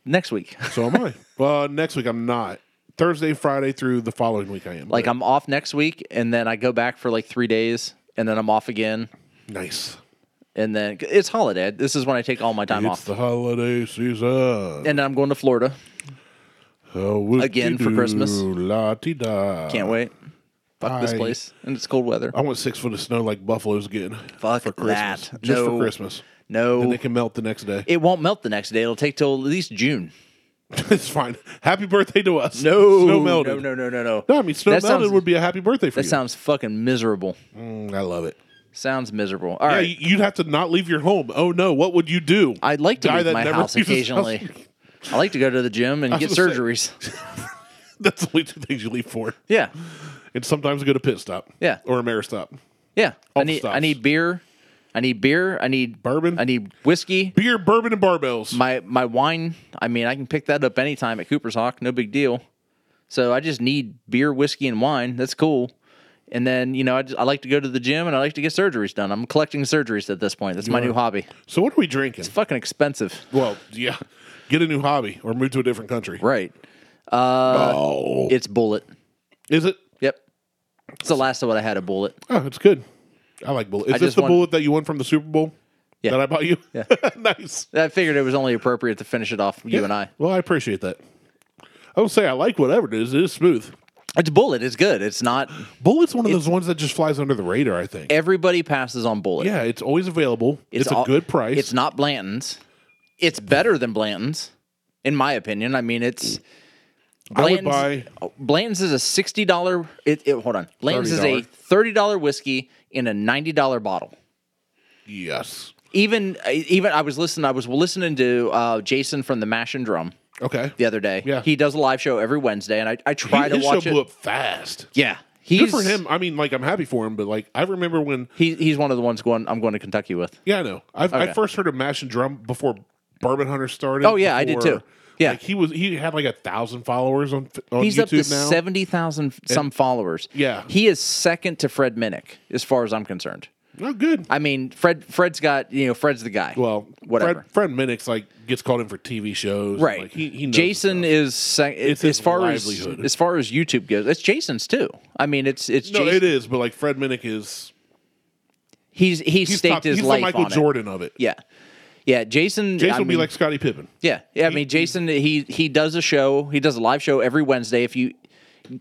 next week. So am I. well, next week I'm not. Thursday, Friday through the following week I am. Like but- I'm off next week, and then I go back for like three days, and then I'm off again, nice. and then it's holiday. This is when I take all my time it's off, the holiday season. and then I'm going to Florida. Oh, whoop-de-doo, Again for Christmas. la-ti-da. Can't wait. Fuck this Uh, I- Oh, place, and it's cold weather. I want six foot of snow like buffaloes getting. Fuck for Christmas. that. Just No. for Christmas. No, And they can melt the next day. it won't melt the next day. It'll take till at least June. it's fine. Happy birthday to us. Snow melted. No, no, no, no, no. No, I mean, snow That melted sounds- would be a happy birthday for That you. sounds fucking miserable. Mm, I love it. Sounds miserable. All Yeah, right. you- you'd have to not leave your home. Oh, no. What would you do? I'd like to Guy leave that my never house leaves his house. occasionally. I like to go to the gym and get was gonna say- surgeries. That's the only two things you leave for. Yeah. And sometimes go to pit stop. Yeah. Or a mare stop. Yeah. I All need stuff. I need beer. I need beer. I need Bourbon? I need whiskey. Beer, bourbon, and barbells. My my wine, I mean, I can pick that up anytime at Cooper's Hawk, no big deal. So I just need beer, whiskey, and wine. That's cool. And then, you know, I, just, I like to go to the gym and I like to get surgeries done. I'm collecting surgeries at this point. That's my new hobby. so, what are we drinking? Fucking expensive. Well, yeah. Get a new hobby or move to a different country. Right. Oh. It's bullet. Is it? Yep. It's the last of what I had a bullet. Oh, it's good. I like bullet. Is this just the want- bullet that you won from the Super Bowl? Yeah. That I bought you? Yeah. nice. I figured it was only appropriate to finish it off, you and I. Well, I appreciate that. I would say I like whatever it is. It is smooth. It's bullet. It's good. It's not. Bullet's one of those ones that just flies under the radar, I think. Everybody passes on bullet. Yeah, it's always available. It's, a all- good price. It's not Blanton's. It's better than Blanton's, in my opinion. I mean, it's I would Blanton's, buy- oh, Blanton's is a sixty dollar. It, it- hold on. Blanton's is a $30. thirty dollar whiskey in a ninety dollar bottle. Yes. Even even I was listening. I was listening to uh, Jason from the Mash and Drum Okay. the other day. Yeah. He does a live show every Wednesday, and I, I He- try to his watch show it. blew up fast. Yeah, he's Good for him. I mean, like I'm happy for him, but like I remember when. He, he's one of the ones going. I'm going to Kentucky with. Yeah, I know. I've, Okay. I first heard of Mash and Drum before Bourbon Hunter started. Oh, yeah, I did before- too. Yeah. like, he was. He had like a thousand followers on on He's YouTube up to now. seventy thousand some followers. Yeah. he is second to Fred Minnick as far as I'm concerned. Oh, good. I mean, Fred Fred's got you know Fred's the guy. well, whatever. Fred, Fred Minnick's like gets called in for TV shows. and, right. Like, he, he knows Jason his is sec- It's as his far as livelihood. as far as YouTube goes. It's Jason's too. I mean, it's it's stuff. No, Jason. it is, but like Fred Minnick is He's he he's staked top- his he's life the Michael on it. Jordan of it. Yeah, yeah. Jason. Jason I would be mean- like Scottie Pippen. Yeah, yeah. I mean, Jason he he does a show. He does a live show every Wednesday. If you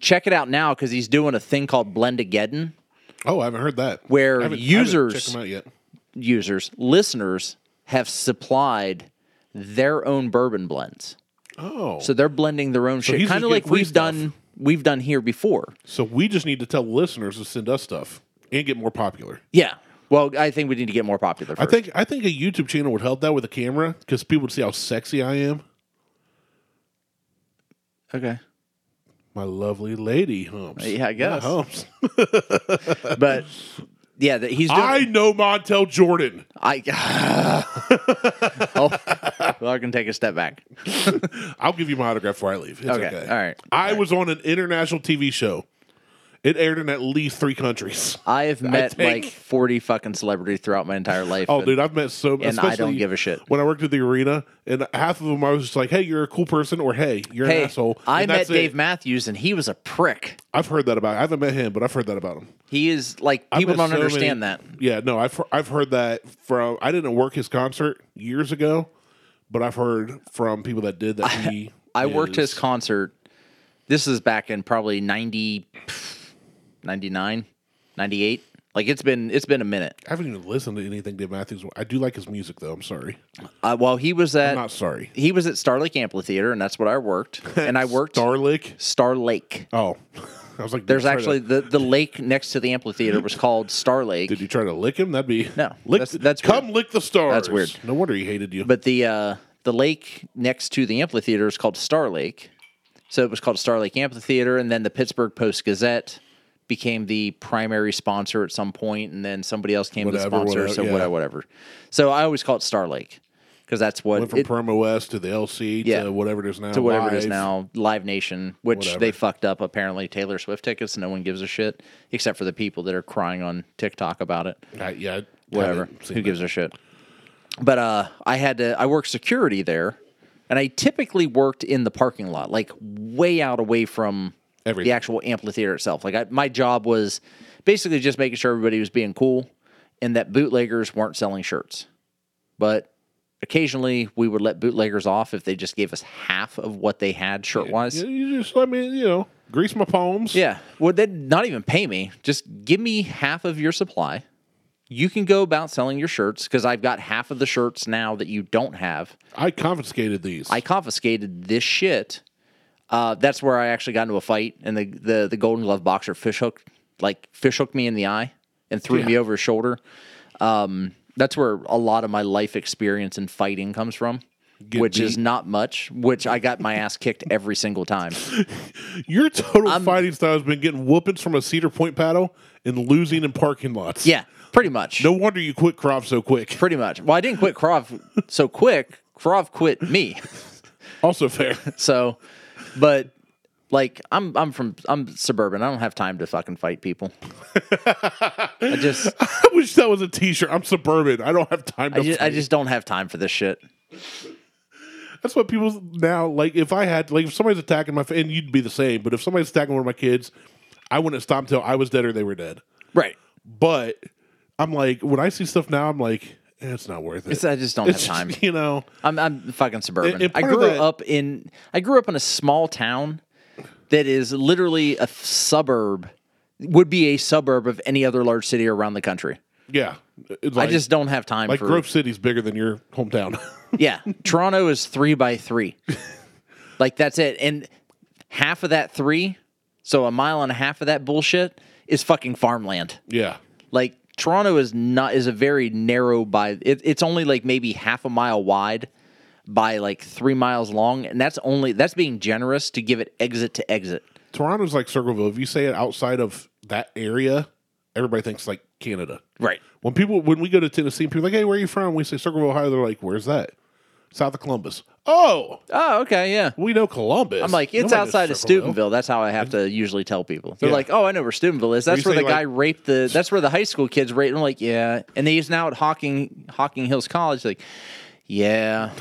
check it out now, because he's doing a thing called Blendageddon. Oh, I haven't heard that. Where I haven't- I haven't users- checked him out yet. Users, listeners have supplied their own bourbon blends, Oh, so so, they're blending their own shit, he's just kind of getting like free we've stuff. done we've done here before. we just need to tell listeners to send us stuff and get more popular. Yeah. Well, I think we need to get more popular. First. I think I think a YouTube channel would help that with a camera because people would see how sexy I am. okay, My lovely lady humps. Yeah, I My guess. humps. but yeah, that he's doing. I know Montel Jordan. I, oh, well, I can take a step back. I'll give you my autograph before I leave. It's Okay, okay. all right. I was on an international TV show. It aired in at least three countries. I have met think- like forty fucking celebrities throughout my entire life. Oh, and- dude, I've met so many. and I don't give a shit. When I worked at the arena, and half of them I was just like, hey, you're a cool person, or hey, you're Hey, an asshole. I and met that's it. Dave Matthews and he was a prick. I've heard that about I haven't met him, but I've heard that about him. He is like I've people don't met so understand many- that. Yeah, no, I've I've heard that from I didn't work his concert years ago, but I've heard from people that did that. He I worked is- his concert. This is back in probably 90 99, 98. Like it's been it's been a minute. I haven't even listened to anything Dave Matthews. I do like his music though. I'm sorry, Uh, well, he was at I'm not sorry. he was at Starlake Amphitheater and that's what I worked. And I worked Starlick. Starlake. Oh, I was like, There's did you try actually to, the, the lake next to the amphitheater was called Starlake. did you try to lick him? That'd be No, Lick that's- the- that's come weird. lick the stars. That's weird. No wonder he hated you. But the uh, the lake next to the amphitheater is called Star Lake, so it was called Star Lake Amphitheater, and then the Pittsburgh Post Gazette became the primary sponsor at some point, and then somebody else came to Whatever, sponsor, whatever, so yeah. whatever, whatever. So I always call it Star Lake because that's what went from it- Perma West to the LC Yeah. to whatever it is now. to whatever it is Live. now, Live Nation, which Whatever. they fucked up apparently. Taylor Swift tickets, no one gives a shit except for the people that are crying on TikTok about it. I, yeah, I whatever. haven't seen Who gives a shit? But uh, I had to. I worked security there, and I typically worked in the parking lot, like way out away from the Everything. actual amphitheater itself. Like I, my job was basically just making sure everybody was being cool, and that bootleggers weren't selling shirts. But occasionally, we would let bootleggers off if they just gave us half of what they had shirt wise. Yeah, you just let me, you know, grease my palms. Yeah. Well, they'd not even pay me. Just give me half of your supply. You can go about selling your shirts because I've got half of the shirts now that you don't have. I confiscated these. I confiscated this shit. Uh, that's where I actually got into a fight, and the, the, the Golden Glove boxer fish hooked, like fish hooked me in the eye and threw me over his shoulder. Um, that's where a lot of my life experience in fighting comes from, which is not much. Which I got my ass kicked every single time. Your total fighting style has been getting whoopings from a Cedar Point paddle and losing in parking lots. Yeah, pretty much. No wonder you quit Krav so quick. Pretty much. Well, I didn't quit Krov so quick. Krov quit me. Also fair. So, but like I'm I'm from I'm suburban. I don't have time to fucking fight people. I just I wish that was a T-shirt. I'm suburban. I don't have time to. I just, I fight. just don't have time for this shit. That's what people now like. If I had like, if somebody's attacking my, fa- and you'd be the same. But if somebody's attacking one of my kids, I wouldn't stop until I was dead or they were dead. Right. But I'm like, when I see stuff now, I'm like, eh, it's not worth it. It's, I just don't It's have time. just, you know. I'm I'm fucking suburban. And- and I part of grew that- up in I grew up in a small town that is literally a suburb would be a suburb of any other large city around the country. Yeah. It's I like- just don't have time like for Grove City's bigger than your hometown. Yeah, Toronto is three by three. like that's it. And half of that three, so a mile and a half of that bullshit is fucking farmland. Yeah. Like Toronto is not is a very narrow by it, it's only like maybe half a mile wide by like three miles long, and that's only that's being generous to give it exit to exit. Toronto's like Circleville. If you say it outside of that area, everybody thinks like Canada. Right. When people when we go to Tennessee, people are like, "Hey, where are you from?" We say Circleville, Ohio. They're like, "Where's that?" South of Columbus. Oh, Oh, okay, yeah. we know Columbus. I'm like, it's Nobody knows outside of Circleville. Steubenville. That's how I have to usually tell people. They're Yeah. like, oh, I know where Steubenville is. That's you where the say, guy like- raped the. That's where the high school kids raped. And I'm like, yeah. And he's now at Hawking Hawking Hills College. Like, yeah.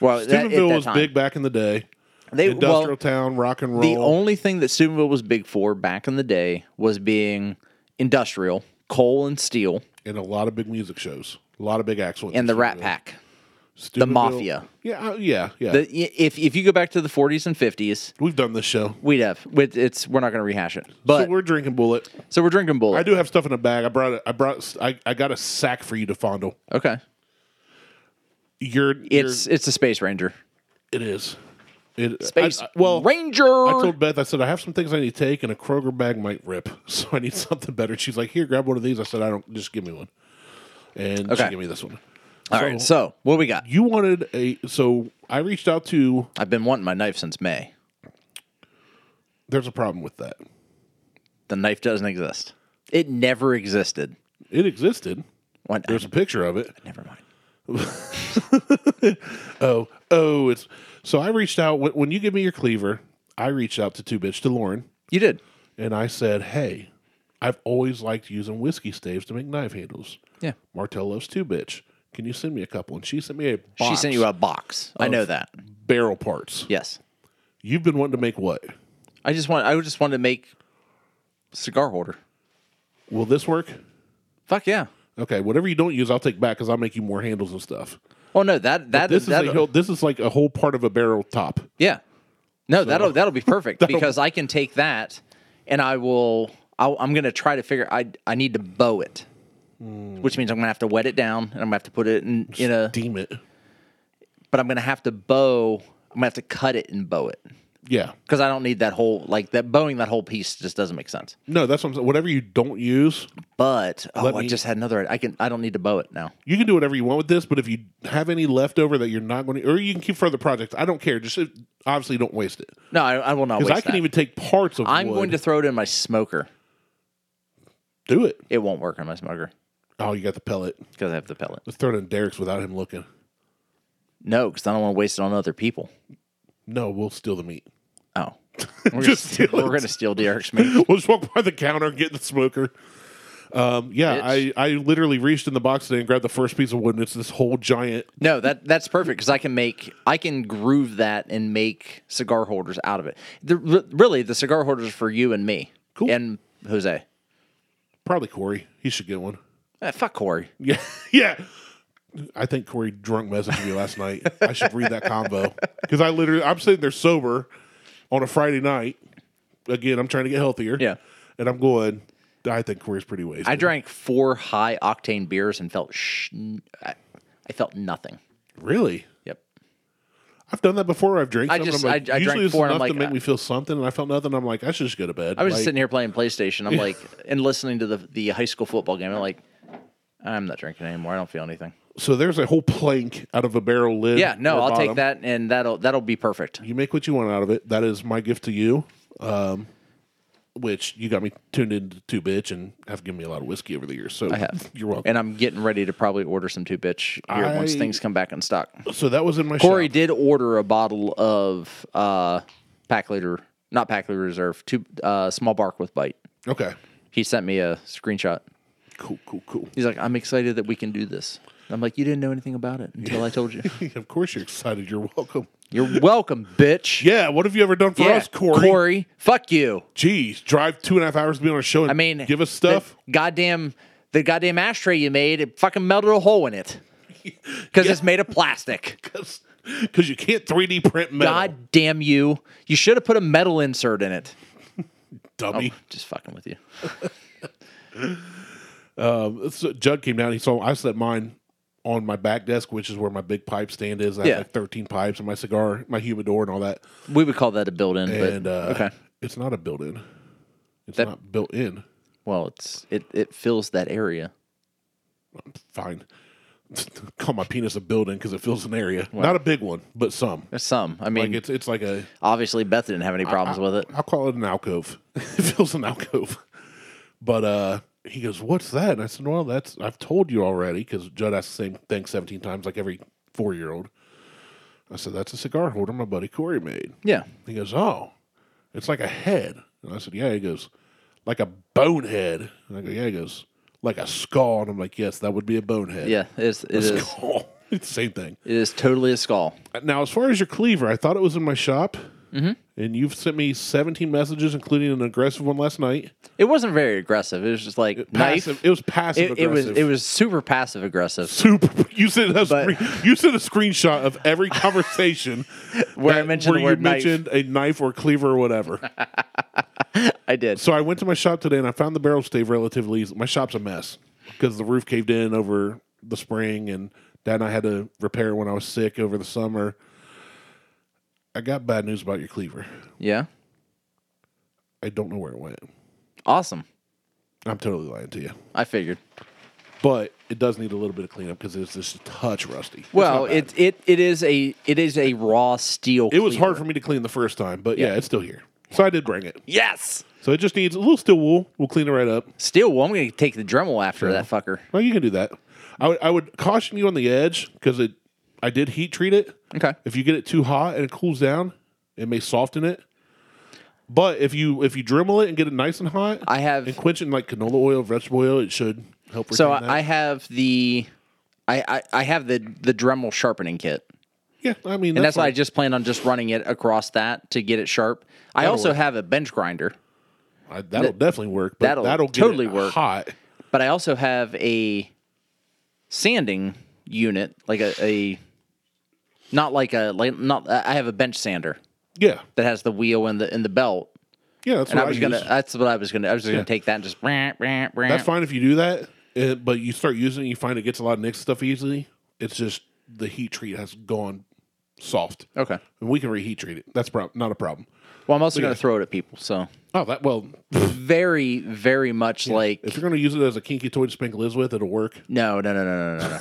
Well, that- at Steubenville that was time. big back in the day. They Industrial well, town, rock and roll. the only thing that Steubenville was big for back in the day was being industrial, coal and steel, and a lot of big music shows. A lot of big acts. went and to the Rat Steubenville. Pack. the Steubenville- Mafia. Yeah, uh, yeah, yeah. The- if if you go back to the 40s and 50s, We've done this show. we'd have. With it's we're not going to rehash it. But so we're drinking bullet. so we're drinking I bullet. do have stuff in a bag. I brought. it- I brought. I, I got a sack for you to fondle. Okay. You're. It's it's a space ranger. you're- it is. It Space I- I- well, ranger. I told Beth. I said I have some things I need to take, and a Kroger bag might rip, so I need something better. She's like, "Here, grab one of these." I said, "I don't. Just give me one." And Okay. she gave me this one. All right. So what we got? You wanted a. So I reached out to. I've been wanting my knife since May. There's a problem with that. The knife doesn't exist. It never existed. It existed. When, There's a picture of it. never mind. Oh, oh, it's so. I reached out when, when you give me your cleaver. I reached out to two bitch to Lauren, You did. and I said, "Hey, I've always liked using whiskey staves to make knife handles. Yeah. Martell loves two bitch. Can you send me a couple?" And she sent me a box She sent you a box. I know that. barrel parts. Yes. You've been wanting to make what? I just want. I just wanted to make cigar holder. Will this work? Fuck yeah. Okay, whatever you don't use, I'll take back because I'll make you more handles and stuff. Oh no, that that This is that a, hill- this is like a whole part of a barrel top. yeah. No, that'll that'll be perfect because I can take that and I will. I'll, I'm gonna try to figure. I I need to bow it, Hmm. which means I'm gonna have to wet it down and I'm gonna have to put it in in a. Deem it. But I'm gonna have to bow. I'm gonna have to cut it and bow it Yeah. because I don't need that whole like that bowing that whole piece just doesn't make sense. No, that's what I'm saying. Whatever you don't use, But oh, Let I me- just had another. I can. I don't need to bow it now. you can do whatever you want with this, but if you have any leftover that you're not going to, or you can keep for other projects, I don't care. Just uh, obviously don't waste it. No, I, I will not. Because Waste I can that. even take parts of I'm wood. going to throw it in my smoker. do it. It won't work on my smoker Oh, you got the pellet. because I have the pellet. Let's throw it in Derek's without him looking. No, because I don't want to waste it on other people. No, we'll steal the meat. Oh, we're gonna Just steal, steal we're it. gonna steal Derek's meat. We'll just walk by the counter and get the smoker. Um, yeah, I, Bitch. I literally reached in the box today and grabbed the first piece of wood, and it's this whole giant. No, that that's perfect because I can make I can groove that and make cigar holders out of it. The, re- really, the cigar holders are for you and me. Cool. And Jose. Probably Corey. He should get one. Eh, fuck Corey. Yeah, yeah. I think Corey drunk messaged me last night. I should read that combo because I literally I'm sitting there sober on a Friday night. Again, I'm trying to get healthier. Yeah. and I'm going. I think Corey's pretty wasted. I drank four high octane beers and felt sh- I, I felt nothing. really. Yep. I've done that before. I've drank. I something. just- I'm like, I- I usually drank it's four and enough I'm to like, make uh, me feel something, and I felt nothing. I'm like, I should just go to bed. I was like, just sitting here playing PlayStation. I'm like, and listening to the the high school football game. I'm like, I'm not drinking anymore. I don't feel anything. so there's a whole plank out of a barrel lid. Yeah, no, or I'll bottom. take that, and that'll that'll be perfect. You make what you want out of it. That is my gift to you. Um, which you got me tuned into two bitch and have given me a lot of whiskey over the years. So I have. You're welcome. And I'm getting ready to probably order some two bitch here once I- things come back in stock. so that was in my Corey shop. did order a bottle of uh, pack leader, not pack leader reserve, two uh, small bark with bite. Okay. He sent me a screenshot. Cool, cool, cool. He's like, "I'm excited that we can do this." I'm like, "You didn't know anything about it until I told you." of course you're excited. You're welcome. You're welcome, bitch. Yeah, what have you ever done for us, Corey? Corey, fuck you. Jeez, drive two and a half hours to be on a show and I mean, give us stuff. The goddamn, the goddamn ashtray you made, it fucking melted a hole in it because it's made of plastic. Because you can't 3D print metal, God damn you! You should have put a metal insert in it. oh, dummy. Just fucking with you. So Judd came down. He saw I was at mine. on my back desk, which is where my big pipe stand is. I Yeah. have like 13 pipes and my cigar, my humidor, and all that. We would call that a built-in, And but uh, okay. it's not a built in, it's That- not built in. Well, it's it it fills that area. Fine. Call my penis a building because it fills an area. Not a big one, but some. There's some. I mean, Like it's it's like a obviously Beth didn't have any problems with it. I'll call it an alcove. it feels an alcove. But uh, he goes, "What's that?" And I said, "Well, that's I've told you already because Judd asked the same thing seventeen times, like every four year old." I said, "That's a cigar holder my buddy Corey made." Yeah. He goes, "Oh, it's like a head." And I said, "Yeah." He goes, "Like a bonehead." And I go, "Yeah." He goes, "Like a skull." And I'm like, "Yes, that would be a bonehead." Yeah, it's, it a is. skull. it's the same thing. It is totally a skull. Now, as far as your cleaver, I thought it was in my shop, Mm-hmm. and you've sent me 17 messages, including an aggressive one last night. It wasn't very aggressive. It was just like knife. Passive. It was passive It, it was aggressive. it was super passive aggressive. super. You sent a But- screen- you sent a screenshot of every conversation Where I that- mentioned the you word knife. mentioned a knife or cleaver or whatever. I did. so I went to my shop today and I found the barrel stave relatively. Easy. My shop's a mess because the roof caved in over the spring, and Dad and I had to repair it when I was sick over the summer. I got bad news about your cleaver. Yeah. I don't know where it went. Awesome. I'm totally lying to you. I figured. But it does need a little bit of cleanup because it's just a touch rusty. It's Well, not bad. it it it is a it is a raw steel. it was cleaver. hard for me to clean the first time, but yeah. it's still here. So I did bring it. Yes. So it just needs a little steel wool. We'll clean it right up. Steel. Well, I'm going to take the Dremel after that fucker. Well, you can do that. I would I would caution you on the edge because it I did heat treat it. Okay. If you get it too hot and it cools down, it may soften it. But if you if you Dremel it and get it nice and hot, I have- and quench it in like canola oil, vegetable oil, it should help. So retain that. I, I have the. I, I, I have the, the Dremel sharpening kit. yeah, I mean And that's why I fine. just plan on just running it across that to get it sharp. I also have a bench grinder, I, that'll definitely work. But that'll that'll, get totally it work. Hot. but I also have a sanding unit, like a, a not like a like not I have a bench sander Yeah, that has the wheel and the and the belt. yeah. That's And what I was use. gonna uh, that's what I was gonna I was just Yeah. gonna take that and just That's fine if you do that, uh, but you start using it, and you find it gets a lot of nicks stuff easily. It's just the heat treat has gone soft. Okay. and we can reheat treat it. That's prob- not a problem. Well, I'm also gonna throw it at people, so Oh, that well, very, very much like if you're gonna use it as a kinky toy to spank Liz with, it'll work. no, no, no, no, no, no, no.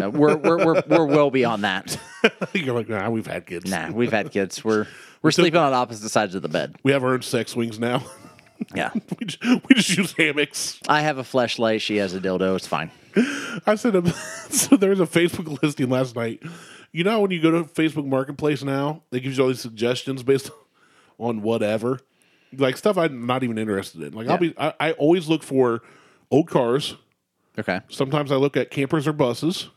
no we're, we're we're we're well beyond that. you're like, nah, we've had kids. Nah, we've had kids. We're we're sleeping on opposite sides of the bed. We have our own sex swings now. Yeah. we, just, we just use hammocks. I have a flashlight. She has a dildo. It's fine. I said, um, so there was a Facebook listing last night. You know, how when you go to Facebook Marketplace now, it gives you all these suggestions based on whatever, like stuff I'm not even interested in. Like I'll Yeah. be, I, I always look for old cars. Okay. Sometimes I look at campers or buses,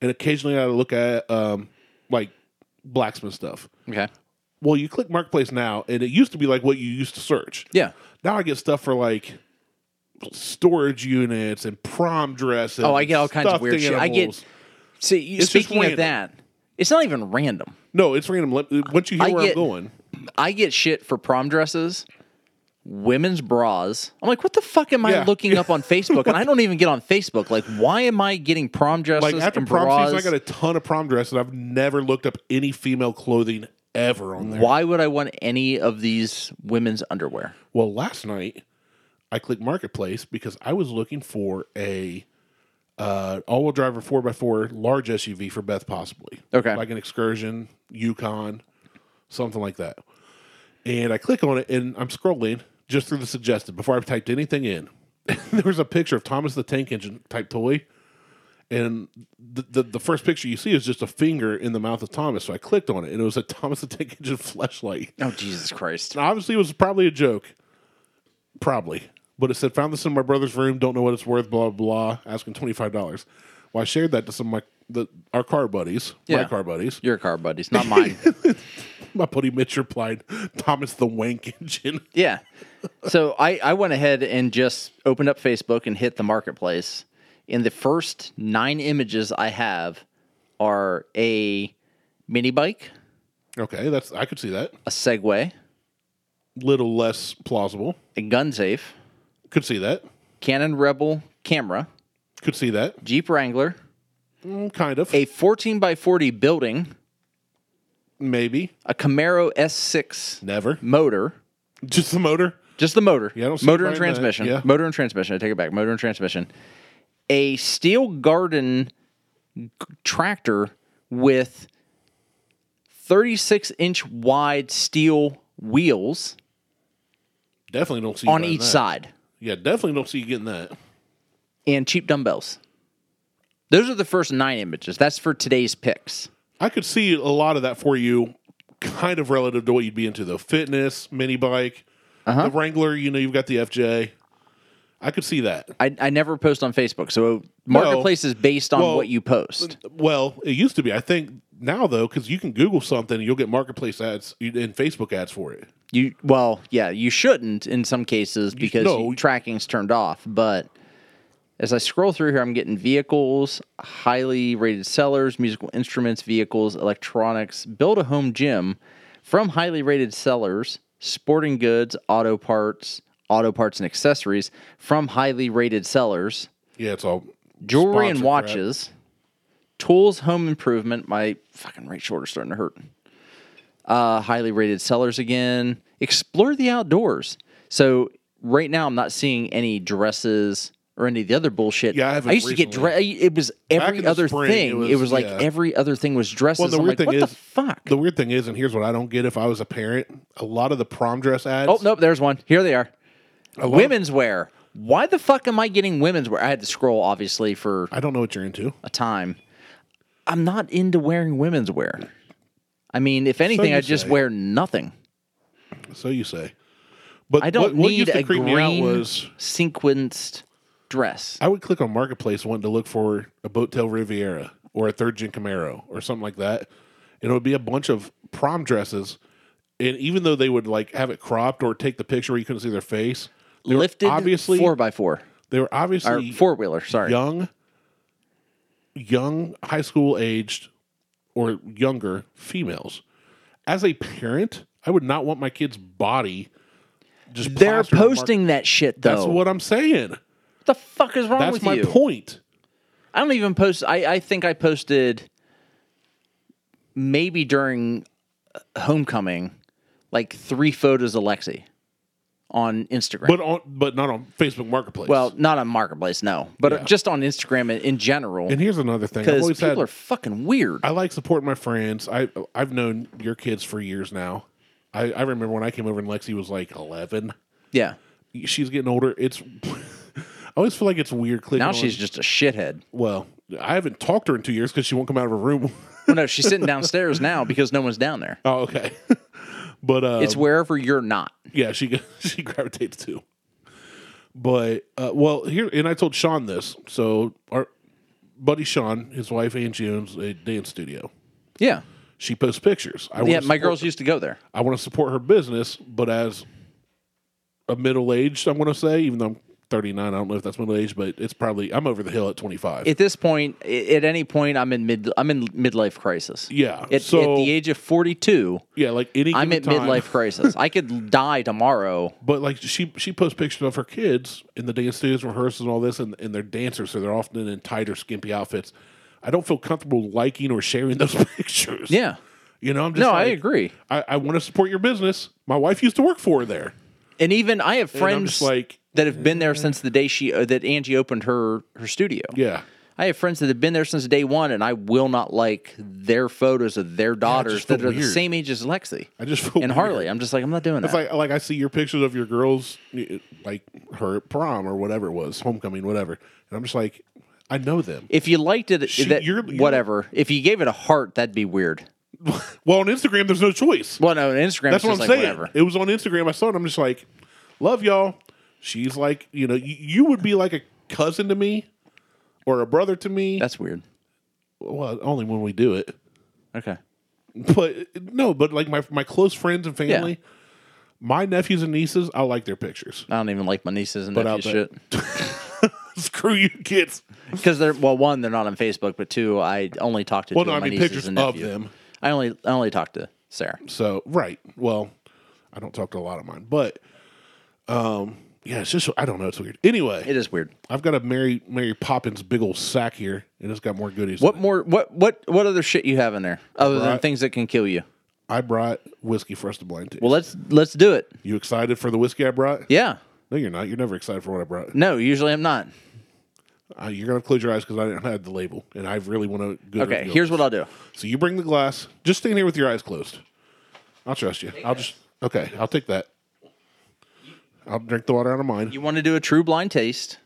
and occasionally I look at um, like blacksmith stuff. Okay. Well, you click Marketplace now, and it used to be like what you used to search. Yeah. Now I get stuff for like storage units and prom dresses. Oh, I get all kinds of stuffed weird shit. I get- animals. See, you, It's just speaking of random. that, it's not even random. no, it's random. Let- Once you hear I where get- I'm going, I get shit for prom dresses, women's bras. I'm like, what the fuck am I Yeah. looking up on Facebook? And I don't even get on Facebook. Like, why am I getting prom dresses like after and prom bras? season, I got a ton of prom dresses. I've never looked up any female clothing ever on there. why would I want any of these women's underwear? Well, last night I clicked Marketplace because I was looking for a uh, all-wheel driver four x four large SUV for Beth, possibly. Okay. like an Excursion, Yukon, something like that. And I click on it, and I'm scrolling just through the suggested before I've typed anything in. there was a picture of Thomas the Tank Engine type toy, and the, the the first picture you see is just a finger in the mouth of Thomas. So I clicked on it, and it was a Thomas the Tank Engine flashlight. Oh Jesus Christ! And obviously, it was probably a joke. Probably. But it said, found this in my brother's room. Don't know what it's worth, blah, blah, blah. Asking $25. Well, I shared that to some of my, the, our car buddies, Yeah. my car buddies. Your car, buddies, not mine. My buddy Mitch replied, Thomas the Wank Engine. Yeah. So I, I went ahead and just opened up Facebook and hit the marketplace. And the first nine images I have are a mini bike, Okay, that's I could see that. a Segway, Little less plausible. a gun safe, Could see that. Canon Rebel camera, Could see that. Jeep Wrangler, Mm, kind of. a 14 by 40 building, Maybe. a Camaro S6 Never. motor, Just the motor. just the motor, Yeah, I don't see motor and it buying that, transmission, yeah. motor and transmission. I take it back, motor and transmission. A steel garden g- tractor with 36 inch wide steel wheels Definitely don't see you on buying each that. side Yeah, definitely don't see you getting that. and cheap dumbbells. Those are the first nine images. That's for today's picks. I could see a lot of that for you, kind of relative to what you'd be into though. Fitness, mini bike, Uh-huh. the Wrangler. You know, you've got the FJ. I could see that. I, I never post on Facebook, so marketplace is based on Well, what you post. Well, it used to be. I think now though, because you can Google something, and you'll get marketplace ads and Facebook ads for it. You well, yeah, you shouldn't in some cases because no. you- tracking's turned off. But as I scroll through here, I'm getting vehicles, highly rated sellers, musical instruments, vehicles, electronics, build a home gym from highly rated sellers, sporting goods, auto parts, auto parts and accessories from highly rated sellers, Yeah, it's all jewelry sponsor and crap. watches, tools, home improvement. My fucking right shoulder's starting to hurt. Uh, highly rated sellers again. Explore the outdoors. So right now, I'm not seeing any dresses or any of the other bullshit. Yeah, I haven't used to get dress. recently. It was in every the other spring, thing. It it was, was- like yeah. every other thing was dresses. Well, the I'm weird like, thing what is the fuck? The weird thing is, and here's what I don't get: if I was a parent, a lot of the prom dress ads. oh nope, there's one. Here they are. of- Women's wear. Why the fuck am I getting women's wear? I had to scroll obviously for I don't know what you're into. a time. I'm not into wearing women's wear. I mean, if anything, you I just say. wear nothing. So you say, but I don't what, what need used to a creep green me out was sequenced dress. I would click on Marketplace wanting to look for a Boattail Riviera or a third gen Camaro or something like that. And it would be a bunch of prom dresses. And even though they would like have it cropped or take the picture where you couldn't see their face, they Lifted were obviously four by four they were or obviously four wheeler. Sorry, young, young high school aged or younger females. As a parent, I would not want my kid's body just they're plastered on Market- posting that shit though. That's what what I'm saying. the fuck is wrong That's with my you? point. I don't even post. I, I think I posted maybe during uh, homecoming, like three photos of Lexi on Instagram. But on but not on Facebook Marketplace. Well, not on Marketplace, no, but uh, just on Instagram in, in general. And here's another thing. I've Because always people had, are fucking weird. I like supporting my friends. I I've known your kids for years now. I, I remember when I came over and Lexi was like eleven. yeah. She's getting older. It's I always feel like it's weird clicking. Now on- she's just a shithead. well. I haven't talked to her in two years because she won't come out of her room. Well, no, she's sitting downstairs now because no one's down there. oh, okay. but uh, It's wherever you're not. yeah, she she gravitates too. But uh, well, here and I told Sean this. So our buddy Sean, his wife Angie owns a dance studio. Yeah. She posts pictures. I Yeah. wanna My support girls used to go there. I want to support her business, but as a middle aged, I'm going to say, even though I'm 39, I don't know if that's middle aged, but it's probably I'm over the hill at 25. At this point, i- at any point, I'm in mid. I'm in midlife crisis. yeah, At, so at the age of 42, yeah, like any I'm at given time, midlife crisis. I could die tomorrow. But like she she posts pictures of her kids in the dance studios, rehearsals, and all this, and, and they're dancers, so they're often in tighter, skimpy outfits. I don't feel comfortable liking or sharing those pictures. Yeah. you know, I'm just No, I like, agree. I, I want to support your business. My wife used to work for her there. And even I have And I'm friends just like, "Eh." that have been there since the day she uh, that Angie opened her her studio. yeah, I have friends that have been there since day one, and I will not like their photos of their daughters feel that are the weird. same age as Lexi I just feel and weird. Harley. I'm just like, I'm not doing It's that. like like I see your pictures of your girls, like her at prom or whatever it was, homecoming, whatever, and I'm just like, I know them. if you liked it, that, you're- you're- whatever. If you gave it a heart, that'd be weird. Well, on Instagram, there's no choice. Well, no, on Instagram, it's That's what I'm just like saying. whatever. It was on Instagram. I saw it. I'm just like, love y'all. She's like, you know, you, you would be like a cousin to me or a brother to me. That's weird. well, only when we do it. Okay. But no, but like my my close friends and family, my nephews and nieces, I like their pictures. I don't even like my nieces and I'll nephews shit Screw you, kids. because they're well, one, they're not on Facebook, but two, I only talk to Well, two no, of I my mean nieces pictures and of nephew. them. I only I only talk to Sarah. So right. Well, I don't talk to a lot of mine, but um, yeah, it's just I don't know. It's weird. Anyway, It is weird. I've got a Mary Mary Poppins big old sack here, and it's got more goodies. What more? What what what other shit you have in there other than Right. things that can kill you? I brought whiskey for us to blind taste. Well, let's let's do it. you excited for the whiskey I brought? Yeah. No, you're not. You're never excited for what I brought. No, usually I'm not. Uh, you're gonna close your eyes because I didn't have the label, and I really want to. Good Okay. review. Here's what I'll do. So you bring the glass. Just stand here with your eyes closed. I'll trust you. I'll just okay. I'll take that. I'll drink the water out of mine. You want to do a true blind taste?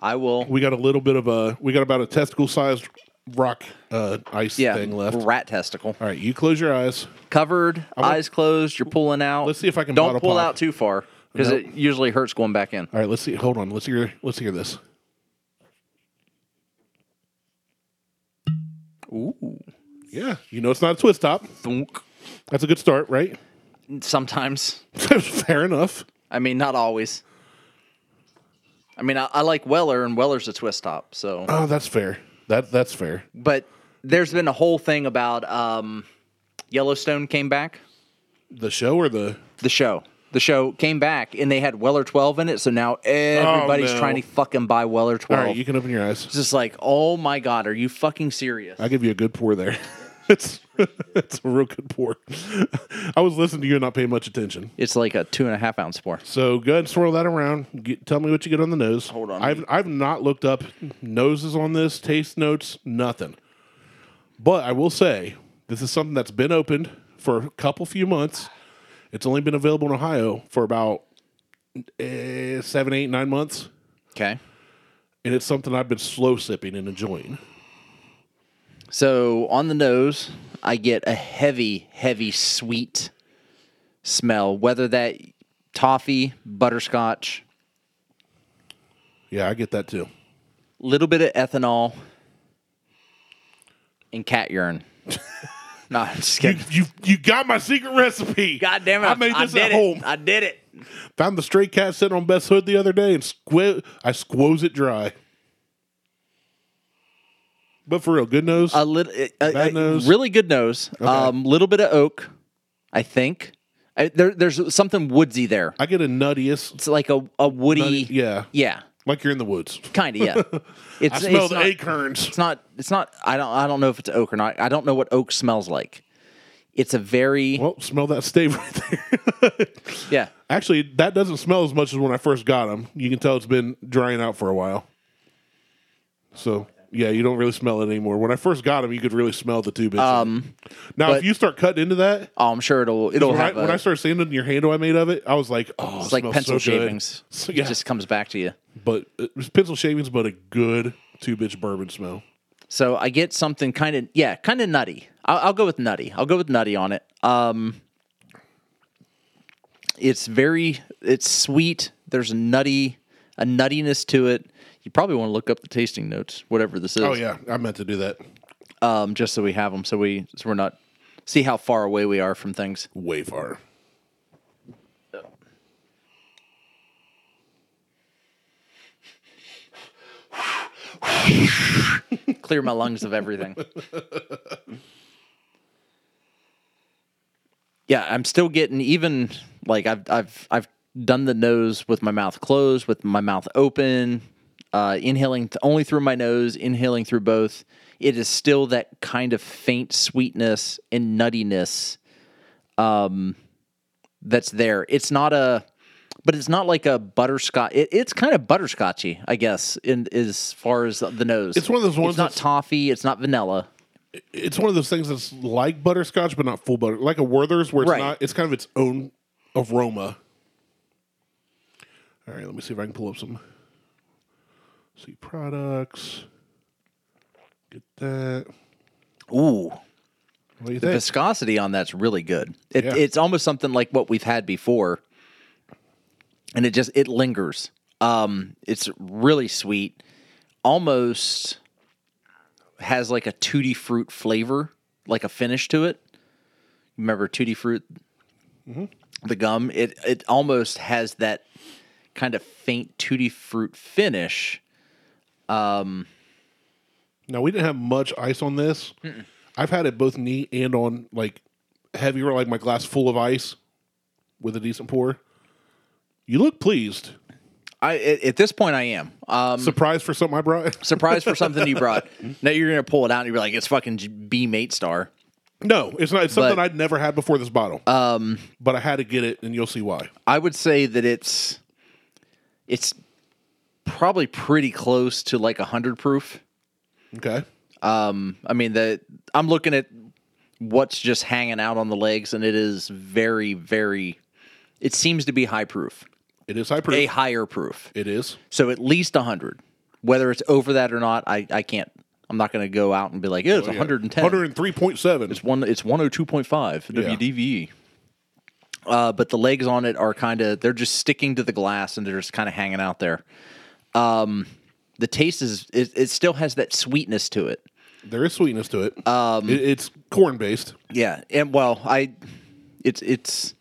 I will. we got a little bit of a. We got about a testicle sized rock uh, ice Yeah. thing left. All Rat testicle. right, you close your eyes. Covered, eyes closed. You're pulling out. Let's see if I can Don't bottle pull pop. out too far because it usually hurts going back in. All right, let's see. Hold on. Let's hear. Let's hear this. Ooh. Yeah, you know it's not a twist top. Thunk. That's a good start, right? Sometimes. Fair enough. I mean, not always. I mean, I, I like Weller, and Weller's a twist top. So, Oh, that's fair. That that's fair. but there's been a whole thing about um, Yellowstone came back. The show or the The show, the show came back, and they had Weller 12 in it. So now everybody's no. trying to fucking buy Weller 12. all right. You can open your eyes. it's just like, oh my god, are you fucking serious? I give you a good pour there. it's it's a real good pour. I was listening to you and not paying much attention. It's like a two and a half ounce pour. So go ahead and swirl that around. Get, tell me what you get on the nose. Hold on. I've I've not looked up noses on this, taste notes, nothing. But I will say this is something that's been opened for a couple few months. It's only been available in Ohio for about eh, seven, eight, nine months, Okay. and it's something I've been slow sipping and enjoying. So on the nose, I get a heavy, heavy sweet smell, whether that toffee, butterscotch, Yeah, I get that too. little bit of ethanol, and cat urine. no, I'm just You, kidding. you you got my secret recipe. God damn it! I made this did at it. home. I did it. Found the stray cat sitting on Beth's hood the other day, and squi- I squoze it dry. But for real, good news. A little, a, Bad a- nose? really good nose. Um, little bit of oak, I think. I, there, there's something woodsy there. I get a nuttiest. It's like a, a woody. Yeah, yeah, like you're in the woods. kind of. Yeah, it's, I smell it's the not- acorns. it's not it's not I don't I don't know if it's oak or not. I don't know what oak smells like. It's a very Well, smell that stave right there. yeah. Actually, that doesn't smell as much as when I first got them. You can tell it's been drying out for a while. So yeah, you don't really smell it anymore. When I first got them, you could really smell the two bits. Um, now, if but- you start cutting into that, Oh, I'm sure it'll it'll When I, have a, when I started seeing it in your handle I made of it, I was like, oh, it's like pencil shavings. So, yeah, It just comes back to you. but it was pencil shavings, but a good two bitch bourbon smell. So I get something kind of yeah, kind of nutty. I'll, I'll go with nutty. I'll go with nutty on it. Um, it's very it's sweet. There's a nutty a nuttiness to it. You probably want to look up the tasting notes, whatever this is. Oh yeah, I meant to do that. Um, just so we have them, so we so we're not see how far away we are from things. Way far. clear my lungs of everything. yeah, I'm still getting even like I've I've I've done the nose with my mouth closed, with my mouth open, uh, inhaling th- only through my nose, inhaling through both. It is still that kind of faint sweetness and nuttiness um, that's there. It's not a but it's not like a butterscotch. It, it's kind of butterscotchy, I guess, in as far as the nose. It's one of those ones It's not that's- toffee. It's not vanilla. It's one of those things that's like butterscotch, but not full butter, like a Werther's, where it's Right. not. It's kind of its own aroma. All right, let me see if I can pull up some. See products. Get that. Ooh, What do you the think? viscosity on that's really good. It, Yeah. It's almost something like what we've had before, and it just it lingers. Um, it's really sweet, almost has like a tutti fruit flavor, like a finish to it. Remember tutti fruit, the gum. It it almost has that kind of faint tutti fruit finish. Now we didn't have much ice on this. I've had it both neat and on like heavier, like my glass full of ice with a decent pour. You look pleased. I at, at this point I am. Um, Surprise for something I brought. surprised for something you brought. Now you're gonna pull it out and you're like, it's fucking G- B mate star. No, it's not. It's something But- I'd never had before this bottle. Um, but I had to get it, and you'll see why. I would say that it's it's probably pretty close to like hundred proof. Okay. I mean the I'm looking at what's just hanging out on the legs, and it is very, very. It seems to be high proof, It is high proof. a higher proof. it is. So at least hundred. Whether it's over that or not, I, I can't. I'm not going to go out and be like, Oh, "Yeah, it's 110. 103.7. It's one. oh It's 102.5 WDVE. E. Uh, but the legs on it are kind of they're just sticking to the glass and they're just kind of hanging out there. Um, the taste is it, it still has that sweetness to it. There is sweetness to it. Um, it it's corn based. Yeah, and well, I it's it's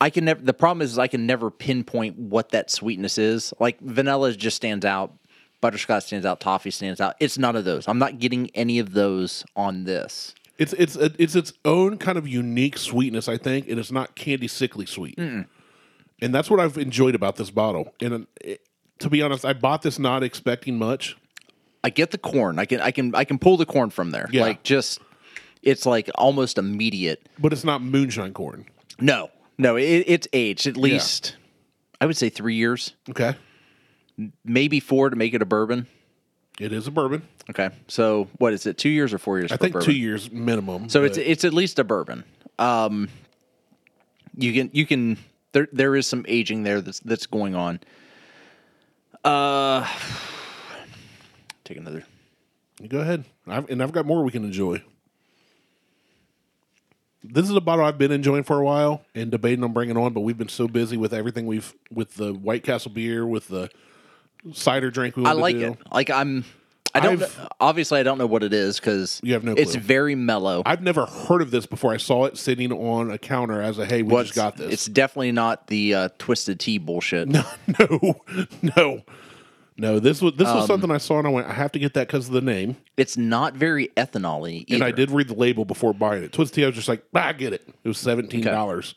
I can never the problem is, I can never pinpoint what that sweetness is. Like vanilla just stands out, butterscotch stands out, toffee stands out. It's none of those. I'm not getting any of those on this. It's it's it's its own kind of unique sweetness, I think, and it's not candy sickly sweet. And that's what I've enjoyed about this bottle. And uh, it, to be honest, I bought this not expecting much. I get the corn. I can I can I can pull the corn from there. Yeah. Like just it's like almost immediate. But it's not moonshine corn. No. No, it, it's aged at least I would say 3 years, Okay. maybe 4 to make it a bourbon. It is a bourbon. Okay. So what is it? 2 years or 4 years I for think bourbon? two years minimum. So it's but it's at least a bourbon. Um, you can you can there there is some aging there that's that's going on. Uh, take another. go ahead. I've, and I've got more we can enjoy. This is a bottle I've been enjoying for a while and debating on bringing on, but we've been so busy with everything we've with the White Castle beer, with the cider drink. We I wanted like to do. it. Like I'm. I don't. I've- kn- obviously, I don't know what it is because You have no It's clue. very mellow. I've never heard of this before. I saw it sitting on a counter as a hey, we What's- just got this. It's definitely not the uh, twisted tea bullshit. no, no, no. This was this was Um, something I saw and I went, I have to get that because of the name. It's not very ethanol-y. And I either. did read the label before buying it. Twisted Tea, I was just like, ah, I get it. It was seventeen dollars.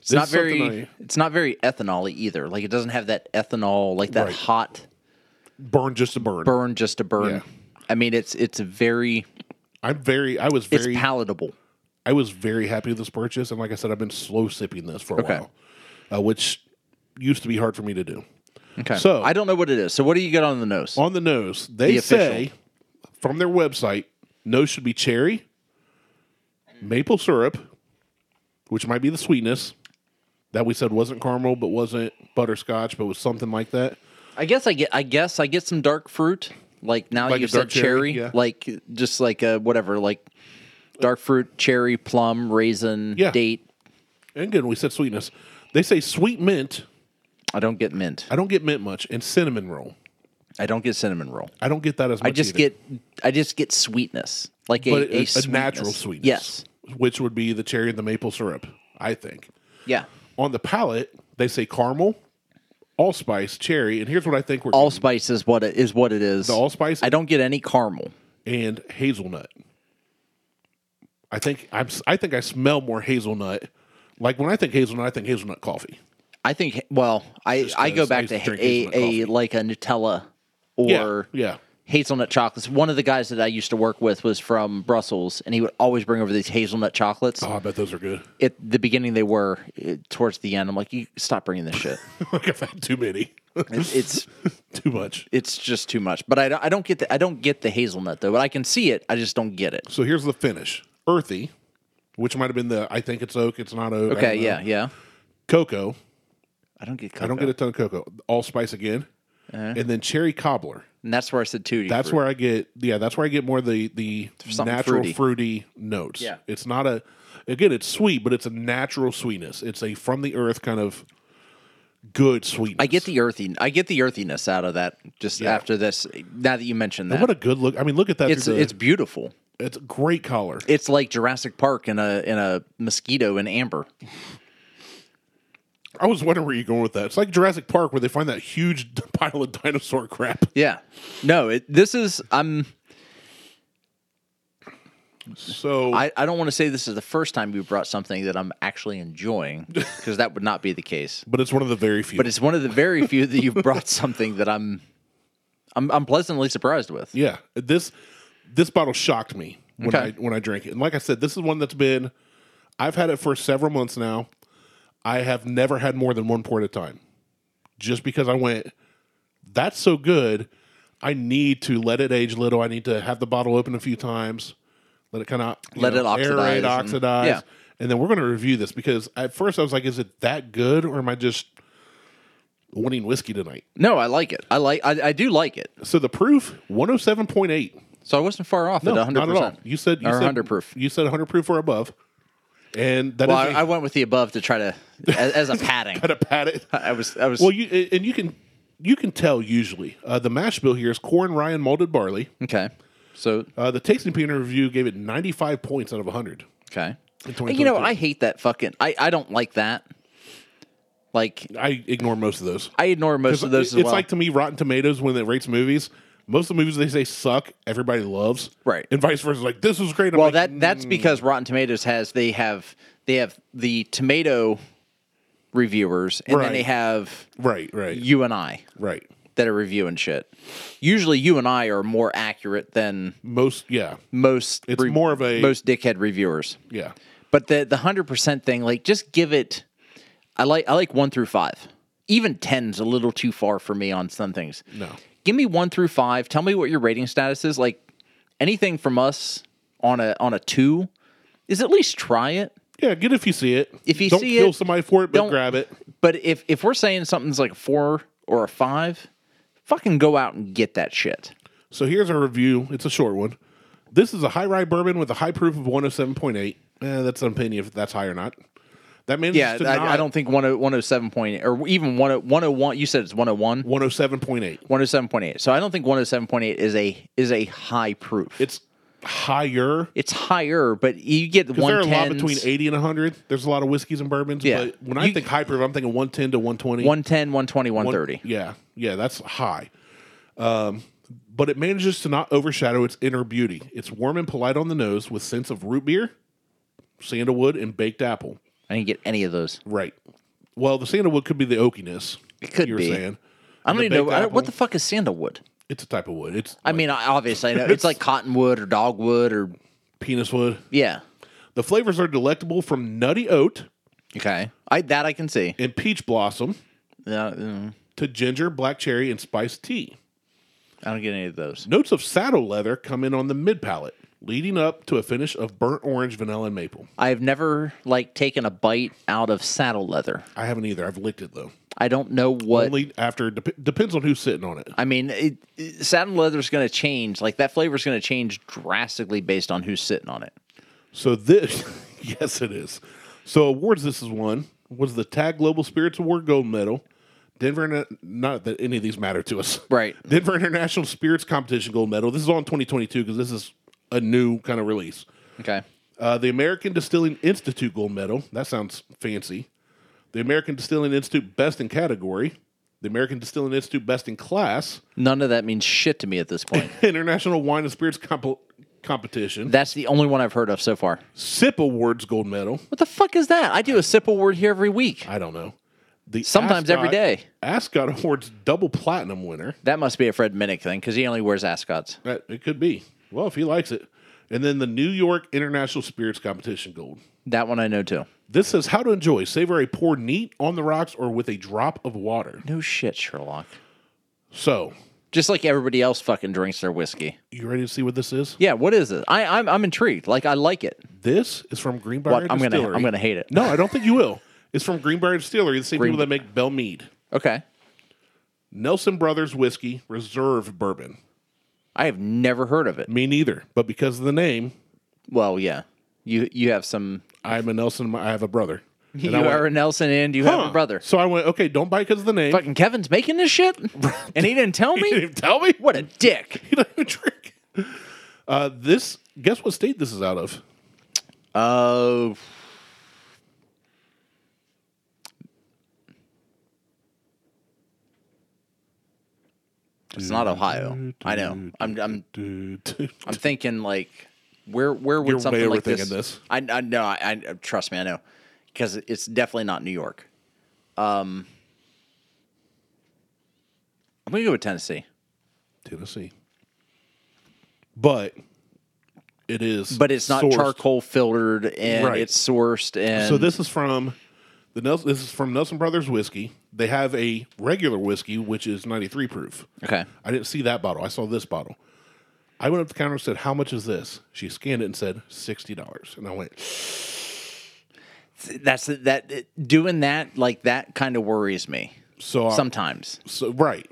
It's not very. It's not very ethanol-y either. Like it doesn't have that ethanol, like that Right. hot burn just to burn. burn just to burn. Yeah. I mean, it's it's very I'm very. I was it's very. palatable. I was very happy with this purchase, and like I said, I've been slow sipping this for a Okay. while, uh, which used to be hard for me to do. Okay. So- I don't know what it is. So what do you get on the nose? on the nose, they The official. say from their website, nose should be cherry, maple syrup, which might be the sweetness that we said wasn't caramel, but wasn't butterscotch, but was something like that. I guess I get I guess I get some dark fruit. Like now Like you a said dark cherry, cherry, yeah. like just like uh whatever, like dark fruit, cherry, plum, raisin, Yeah. date. And again, we said sweetness. They say sweet mint. I don't get mint. I don't get mint much, and cinnamon roll. I don't get cinnamon roll. I don't get that as much. I just either. get I just get sweetness. Like a, but a, a, a natural sweetness. sweetness. Yes. which would be the cherry and the maple syrup. I think. Yeah. On the palate, they say caramel, allspice, cherry, and here's what I think we're getting. Allspice is what it is what it is. The allspice? I don't get any caramel. and hazelnut. I think I'm. I think I smell more hazelnut. Like when I think hazelnut, I think hazelnut coffee. I think well, I I go 'cause I back used to to drink a, hazelnut a coffee. like a Nutella or yeah, hazelnut chocolates. One of the guys that I used to work with was from Brussels, and he would always bring over these hazelnut chocolates. yeah. Oh, I bet those are good. At the beginning, they were. It- towards the end, I'm like, you stop bringing this shit. like I've had too many, It's it's, too much. it's just too much. But I don't, I don't get the I don't get the hazelnut though. But I can see it. I just don't get it. So here's the finish: earthy, which might have been the. I think it's oak. It's not oak. I Okay, don't know. yeah, yeah. Cocoa. I don't get. Cocoa. I don't get a ton of cocoa. Allspice again, Uh-huh. and then cherry cobbler. And that's where I said tutti. That's where I get yeah, that's where I get more the the Something natural fruity. fruity. notes. Yeah. It's not a again, it's sweet, but it's a natural sweetness. It's a from the earth kind of good sweetness. I get the earthy. I get the earthiness out of that. Just after this, now that you mentioned that, what a good look. I mean, look at that. it's through the- it's beautiful. it's a great color. It's like Jurassic Park in a in a mosquito in amber. I was wondering where you're going with that. It's like Jurassic Park where they find that huge pile of dinosaur crap. Yeah. No, it, this is I'm So I, I don't want to say this is the first time you brought something that I'm actually enjoying because that would not be the case. but it's one of the very few. But it's one of the very few that you've brought something that I'm I'm, I'm pleasantly surprised with. yeah, this this bottle shocked me when Okay. I when I drank it. And like I said, this is one that's been I've had it for several months now. I have never had more than one pour at a time. Just because I went that's so good, I need to let it age a little. I need to have the bottle open a few times, let it kind of Let it oxidize aerate, and- oxidize. yeah. And then we're going to review this because at first I was like, is it that good or am I just winning whiskey tonight? No, I like it. I like I, I do like it. So the proof 107.8. So I wasn't far off No, at 100. not at all. You said you or said 100 proof. You said 100 proof or above. And that is Well, I, a- I went with the above to try to as, as a padding. had a pat it. I was I was Well, you and you can you can tell usually. Uh, the mash bill here is corn, rye, and malted barley. okay. So Uh, the tasting opinion review gave it 95 points out of 100. okay. In You know, 2022. I hate that fucking. I I don't like that. Like I ignore most of those. I ignore most of those it's as well. like to me Rotten Tomatoes when it rates movies. Most of the movies they say suck, everybody loves. Right. And vice versa. Like, this was great. I'm Well, like, that mm. that's because Rotten Tomatoes has they have they have the tomato reviewers, and then they Right. have Right, right, you and I right. that are reviewing shit. Usually, you and I are more accurate than Most, yeah, most. It's more of a- most dickhead reviewers. yeah. But the the hundred percent thing, like, just give it. I like I like one through five. Even ten's a little too far for me on some things. No. give me one through five. Tell me what your rating status is. Like anything from us on a on a two is at least try it. Yeah, get it if you see it. If you don't see kill it, somebody for it, but don't- grab it. But if if we're saying something's like a four or a five, fucking go out and get that shit. So here's our review. It's a short one. This is a high rye bourbon with a high proof of 107.8. Eh, that's an opinion if that's high or not. That means Yeah, to not I, I don't think oh, 10- 107 point or even oh, 10 101 you said it's 101 107.8. 107.8. So I don't think 107.8 is a is a high proof. It's higher. it's higher, but you get the There are a lot 110 between 80 and 100. There's a lot of whiskeys and bourbons. Yeah. But when I You- think high proof, I'm thinking 110 to 120. 110, 120, 130. Yeah. Yeah, that's high. Um, but it manages to not overshadow its inner beauty. It's warm and polite on the nose with scents of root beer, sandalwood, and baked apple. I didn't get any of those. Right. Well, the sandalwood could be the oakiness. It could you were be. saying. I don't The even know baked I don't- what apple? the fuck is sandalwood. It's a type of wood. It's I mean, I- obviously, I know it's like cottonwood or dogwood or penis wood. yeah. The flavors are delectable from nutty oat Okay, I that I can see. and peach blossom Yeah, mm, to ginger, black cherry, and spiced tea. I don't get any of those. Notes of saddle leather come in on the mid palate, leading up to a finish of burnt orange, vanilla, and maple. I have never like taken a bite out of saddle leather. I haven't either. I've licked it though. I don't know what. Only after dep- depends on who's sitting on it. I mean, it, it, saddle leather's going to change. Like that flavor's going to change drastically based on who's sitting on it. So this, yes, it is. So awards this is one was the Tag Global Spirits Award Gold Medal, Denver. Interna- Not that any of these matter to us, Right. Denver International Spirits Competition Gold Medal. This is all in 2022 because this is a new kind of release. Okay. Uh, the American Distilling Institute Gold Medal. That sounds fancy. The American Distilling Institute Best in Category. The American Distilling Institute Best in Class. None of that means shit to me at this point. International Wine and Spirits Comp- Competition. That's the only one I've heard of so far. SIP Awards Gold Medal. What the fuck is that? I do a sip award here every week. I don't know. The Sometimes every day. Ascot Awards double platinum winner. That must be a Fred Minnick thing because he only wears ascots. That it could be. Well, if he likes it. And then the New York International Spirits Competition Gold. That one I know too. This says how to enjoy. Savor a pour neat on the rocks or with a drop of water. No shit, Sherlock. So, Just like everybody else fucking drinks their whiskey. you ready to see what this is? Yeah, what is it? I, I'm I'm intrigued. Like I like it. This is from Greenbrier What I'm gonna Distillery. I'm gonna hate it. No, I don't think you will. It's from Greenbrier Distillery, the same people that make Bell Mead. Okay. Nelson Brothers Whiskey Reserve Bourbon. I have never heard of it. Me neither, but because of the name, Well, yeah. You you have some. I'm a Nelson. I have a brother. And you I went, are a Nelson and you have "Huh." a brother. So I went, okay, don't buy because of the name. Fucking Kevin's making this shit, and he didn't tell You didn't me. even tell me. What a dick. You don't even drink. Uh, this, guess what state this is out of? Oh. It's not Ohio. I know. I'm I'm Dude, I'm thinking like Where where would You're something way like overthinking this? this. I I know. I, I trust me. I know because it's definitely not New York. Um, I'm gonna go with Tennessee, Tennessee. But it is. but it's not sourced- charcoal filtered and Right. it's sourced and So this is from the Nelson, this is from Nelson Brothers whiskey. They have a regular whiskey which is 93 proof. Okay. I didn't see that bottle. I saw this bottle. I went up to the counter and said, "How much is this?" She scanned it and said, "$60." And I went, That's that doing that like that kind of worries me. "So I- Sometimes so right."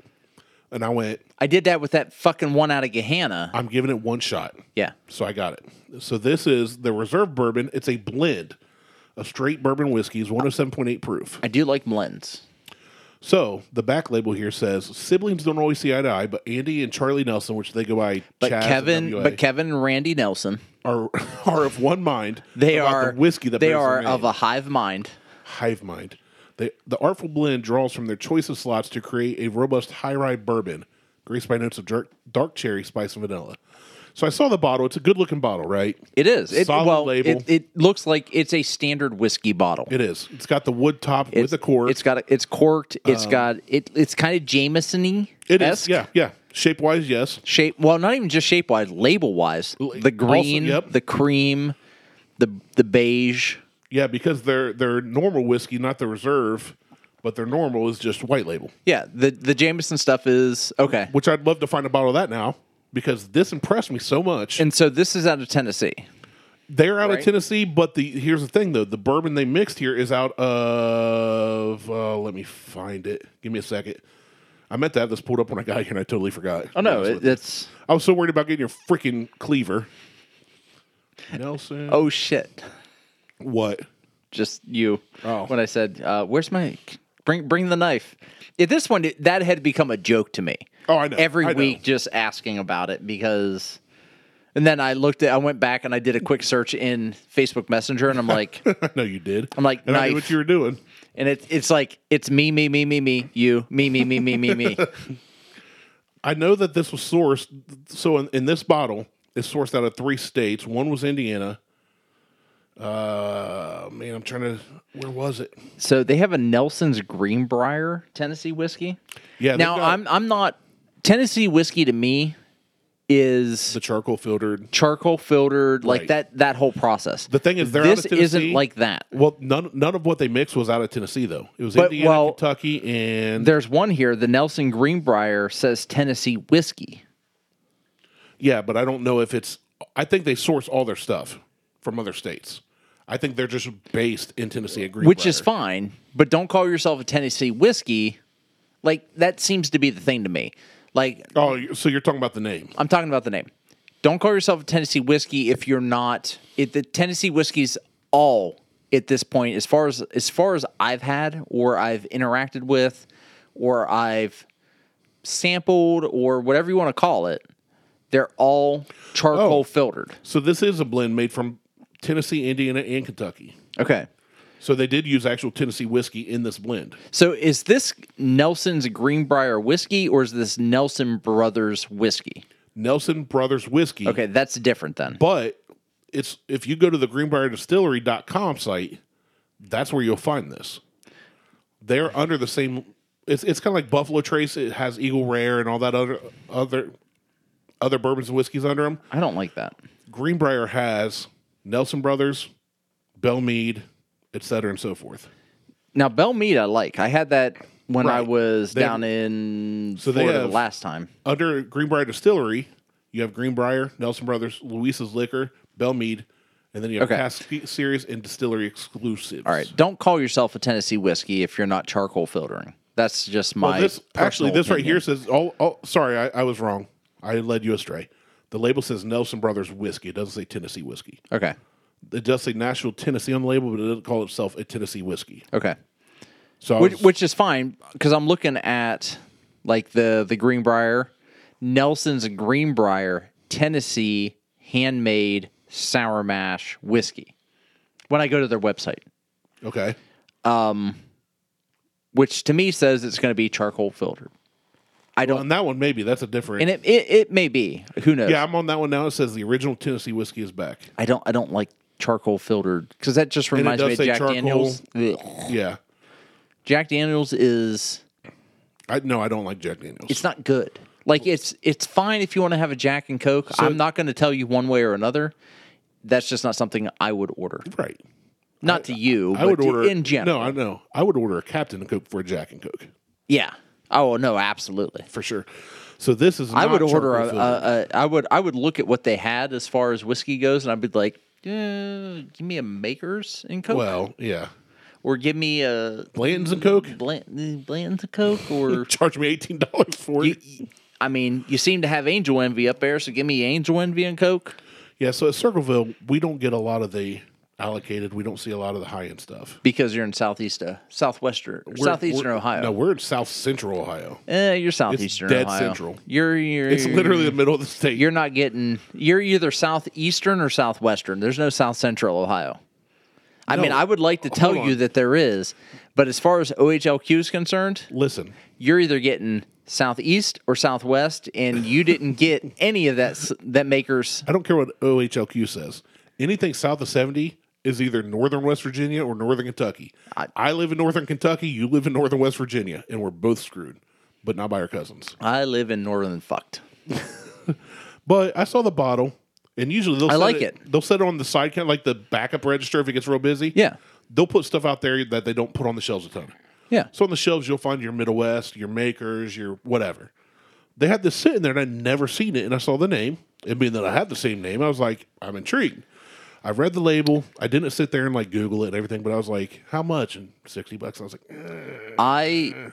And I went, I did that with that fucking one out of Gehenna. "I'm giving it one shot." Yeah. So I got it. So this is the reserve bourbon. It's a blend of straight bourbon whiskeys, 107.8 proof. I do like blends. So the back label here says siblings don't always see eye to eye, but Andy and Charlie Nelson, which they go by But Chaz and Kevin, WA, but Kevin and Randy Nelson, are are of one mind. they about are the whiskey that they bears are their name. of a hive mind. hive mind. They, the artful blend draws from their choice of slots to create a robust high rye bourbon, graced by notes of jerk, dark cherry, spice, and vanilla. So I saw the bottle. It's a good looking bottle, right? It is. It, Solid well, label. It, it looks like it's a standard whiskey bottle. It is. It's got the wood top with the cork. Um, It's got. A, it's corked. It's got. It. It's kind of Jameson-y. It is. Yeah, yeah. Shape wise, yes. Shape. Well, not even just shape wise. Label wise, the green, yep. the cream, the the beige. Yeah, because their their normal whiskey, not the reserve, but their normal is just white label. Yeah. The the Jameson stuff is okay. Which I'd love to find a bottle of that now because this impressed me so much. And so this is out of Tennessee. They're out Right. of Tennessee, but the here's the thing though: the bourbon they mixed here is out of. Uh, let me find it. Give me a second. I meant to have this pulled up when I got here, and I totally forgot. Oh no, Honestly. it, it's I was so worried about getting your freaking cleaver. Nelson. oh shit. what? just you. Oh. When I said, uh, "Where's my bring bring the knife?" At this point, it, that had become a joke to me. Oh, I know. Every I know. week, just asking about it because. And then I looked at, I went back and I did a quick search in Facebook Messenger, and I'm like, I know you did. I'm like, and I knew knife. what you were doing. and it's it's like it's me, me, me, me, me, you, me, me, me, me, me, me. I know that this was sourced. So in, in this bottle, it's sourced out of three states. One was Indiana. Uh, man, I'm trying to. Where was it? So they have a Nelson's Greenbrier Tennessee whiskey. Yeah, they've Now got I'm I'm not Tennessee whiskey to me is the charcoal filtered. charcoal filtered like Right. that that whole process. The thing is, they're this out of Tennessee. isn't like that. Well, none none of what they mixed was out of Tennessee though. It was But, Indiana, well, Kentucky, and There's one here. The Nelson Greenbrier says Tennessee whiskey. yeah. But I don't know if it's. I think they source all their stuff from other states. I think they're just based in Tennessee. At which is Greenbrier. fine, but don't call yourself a Tennessee whiskey. Like that seems to be the thing to me. Like Oh, you- so you're talking about the name? I'm talking about the name. Don't call yourself a Tennessee whiskey if you're not. It, the Tennessee whiskey's all at this point, as far as as far as I've had or I've interacted with, or I've sampled or whatever you want to call it. They're all charcoal Oh. filtered. So this is a blend made from Tennessee, Indiana, and Kentucky. Okay. So they did use actual Tennessee whiskey in this blend. So is this Nelson's Greenbrier whiskey or is this Nelson Brothers whiskey? Nelson Brothers whiskey. Okay, that's different then. But it's if you go to the greenbrierdistillery.com site, that's where you'll find this. They're under the same it's it's kind of like Buffalo Trace, it has Eagle Rare and all that other other other bourbons and whiskeys under them. I don't like that. Greenbrier has Nelson Brothers, Bell Mead, et cetera, and so forth. Now Bell Mead I like. I had that when I Right. was They- down in So they Florida the have- last time. Under Greenbrier Distillery, you have Greenbrier, Nelson Brothers, Luis's Liquor, Bell Mead, and then you have Okay. Cask Series and Distillery Exclusives. All right, don't call yourself a Tennessee whiskey if you're not charcoal filtering. That's just my Well, this actually, personal this right opinion. here says. Oh, oh sorry, I, I was wrong. I led you astray. The label says Nelson Brothers whiskey. It doesn't say Tennessee whiskey. Okay. It does say Nashville, Tennessee on the label, but it doesn't call itself a Tennessee whiskey. Okay. So, I which, was- which is fine because I'm looking at like the the Greenbrier, Nelson's Greenbrier, Tennessee handmade sour mash whiskey. When I go to their website, okay, which to me says it's going to be charcoal filtered. I don't. On that one, maybe that's a different. and it, it it may be. Who knows? yeah, I'm on that one now. It says the original Tennessee whiskey is back. I don't. I don't like charcoal filtered because that just reminds does me of say Jack charcoal. Daniels. Ugh. Yeah, Jack Daniels is I no, I don't like Jack Daniels. it's not good. Like it's it's fine if you want to have a Jack and Coke. I'm not going to tell you one way or another. That's just not something I would order. right. Not to you, I but would to- order in general. No, I know. I would order a Captain Coke for a Jack and Coke yeah. Oh no, absolutely. for sure. So this is. I would not order a, charcoal a, a. I would I would look at what they had as far as whiskey goes, and I'd be like, eh, give me a Maker's and Coke, filled. Well, yeah, or give me a Blanton's and Coke. Bland, Bland's and Coke, or Charge me eighteen dollars for it. I mean, you seem to have Angel Envy up there, so give me Angel Envy and Coke. Yeah, so at Circleville, we don't get a lot of the allocated. We don't see a lot of the high end stuff. because you're in southeast uh, southwestern or We're- southeastern we're- Ohio. No, we're in South Central Ohio. Eh, you're southeastern dead Ohio. central. You're you're It's literally the middle of the state. Mm. you're not getting you're either southeastern or southwestern. There's no south central Ohio. I mean, No. I would like to tell Hold you on. that there is, but as far as OHLQ is concerned, Listen, you're either getting southeast or southwest, and you didn't get any of that s- that makers. I don't care what OHLQ says. Anything south of 70 is either northern West Virginia or northern Kentucky. I, live in northern Kentucky, you live in northern West Virginia, and we're both screwed, but not by our cousins. I live in northern fucked. But I saw the bottle, and usually they'll I set like it. They'll set it on the side, kind of like the backup register if it gets real busy. Yeah. They'll put stuff out there that they don't put on the shelves a ton. Yeah. So on the shelves, you'll find your Middle West, your Makers, your whatever. They had this sitting there, and I'd never seen it. And I saw the name, and being that I had the same name, I was like, I'm intrigued. I read the label. I didn't sit there and like Google it and everything, but I was like, how much? And sixty bucks. I was like, eh. I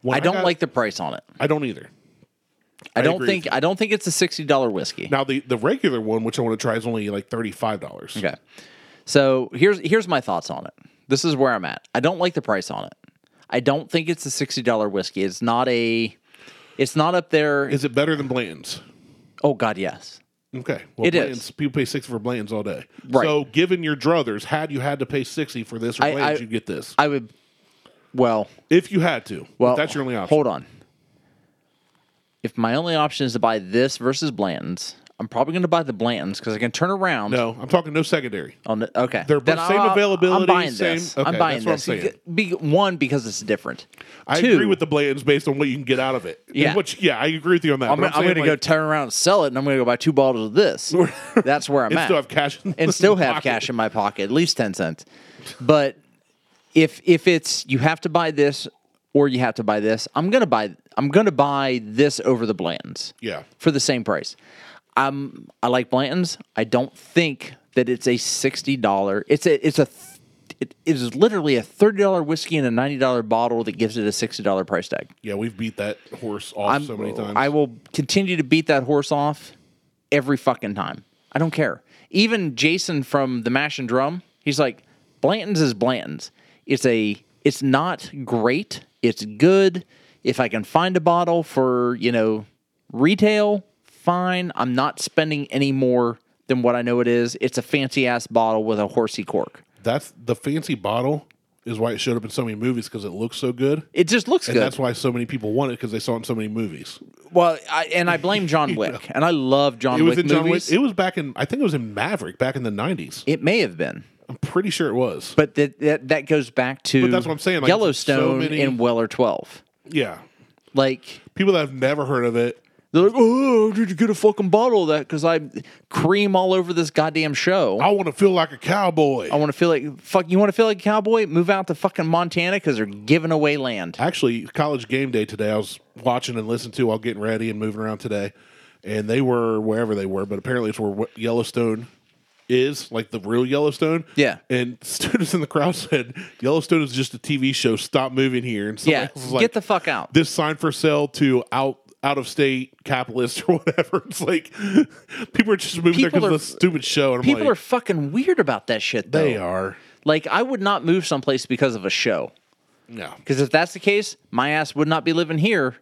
When I don't got- like the price on it. I don't either. I, don't agree think with I don't think it's a sixty dollar whiskey. Now the the regular one, which I want to try, is only like thirty five dollars. Okay. So here's here's my thoughts on it. This is where I'm at. I don't like the price on it. I don't think it's a sixty dollar whiskey. It's not a. It's not up there. Is it better than Blanton's? oh God, yes. Okay, well, It is. Blanton's, People pay sixty for Blanton's all day. Right. So, given your druthers, had you had to pay sixty for this or I- Blanton's, I- you get this. I would. Well, if you had to, well, well, that's your only option. Hold on. If my only option is to buy this versus Blanton's, I'm probably going to buy the Blanton's because I can turn around. No, I'm talking no secondary. On the, okay, They're both same availability, I'm buying same- this. okay, I'm buying that's what I'm this. Be, one because it's different. I Two, agree with the Blantons based on what you can get out of it. And Yeah. which, yeah, I agree with you on that. I'm, but I'm, saying, going to go like, turn around and sell it, and I'm going to go buy two bottles of this. That's where I'm and at, still have cash in and still have pocket. cash in my pocket, at least ten cents. But if if it's you have to buy this or you have to buy this, I'm going to buy I'm going to buy this over the Blantons. Yeah. for the same price. Um, I like Blantons. I don't think that it's a sixty dollar. It's a it's a th- it is literally a thirty dollar whiskey in a ninety dollar bottle that gives it a sixty dollar price tag. Yeah, we've beat that horse off I'm- so many times. I will continue to beat that horse off every fucking time. I don't care. Even Jason from the Mash and Drum, he's like, Blanton's is Blanton's. It's a it's not great. It's good. If I can find a bottle for, you know, retail, fine. I'm not spending any more than what I know it is. It's a fancy ass bottle with a horsey cork. that's the fancy bottle is why it showed up in so many movies because it looks so good. It just looks And good. that's why so many people want it because they saw it in so many movies. well, I, and I blame John Wick, and I love John It was Wick in John movies. Wick. It was back in, I think it was in Maverick back in the 90s. it may have been. I'm pretty sure it was. But that that, that goes back to that's what I'm saying, like, Yellowstone so many- and Weller Twelve. yeah. Like People that have never heard of it, they're like, oh, did you get a fucking bottle of that? Because I cream all over this goddamn show. I want to feel like a cowboy. I want to feel like fuck. You want to feel like a cowboy? Move out to fucking Montana because they're giving away land. actually college game day today i was watching and listening to while getting ready and moving around today and they were wherever they were but apparently it's where Wh- yellowstone is like the real yellowstone Yeah. and students in the crowd said yellowstone is just a tv show stop moving here and somebody Yeah, else was like, get the fuck out. this sign for sale to out out of state capitalists or whatever it's like people are just moving there People because are- of the stupid show and I'm People like, are fucking weird about that shit. Though. they are Like I would not move someplace because of a show. no Because if that's the case, my ass would not be living here.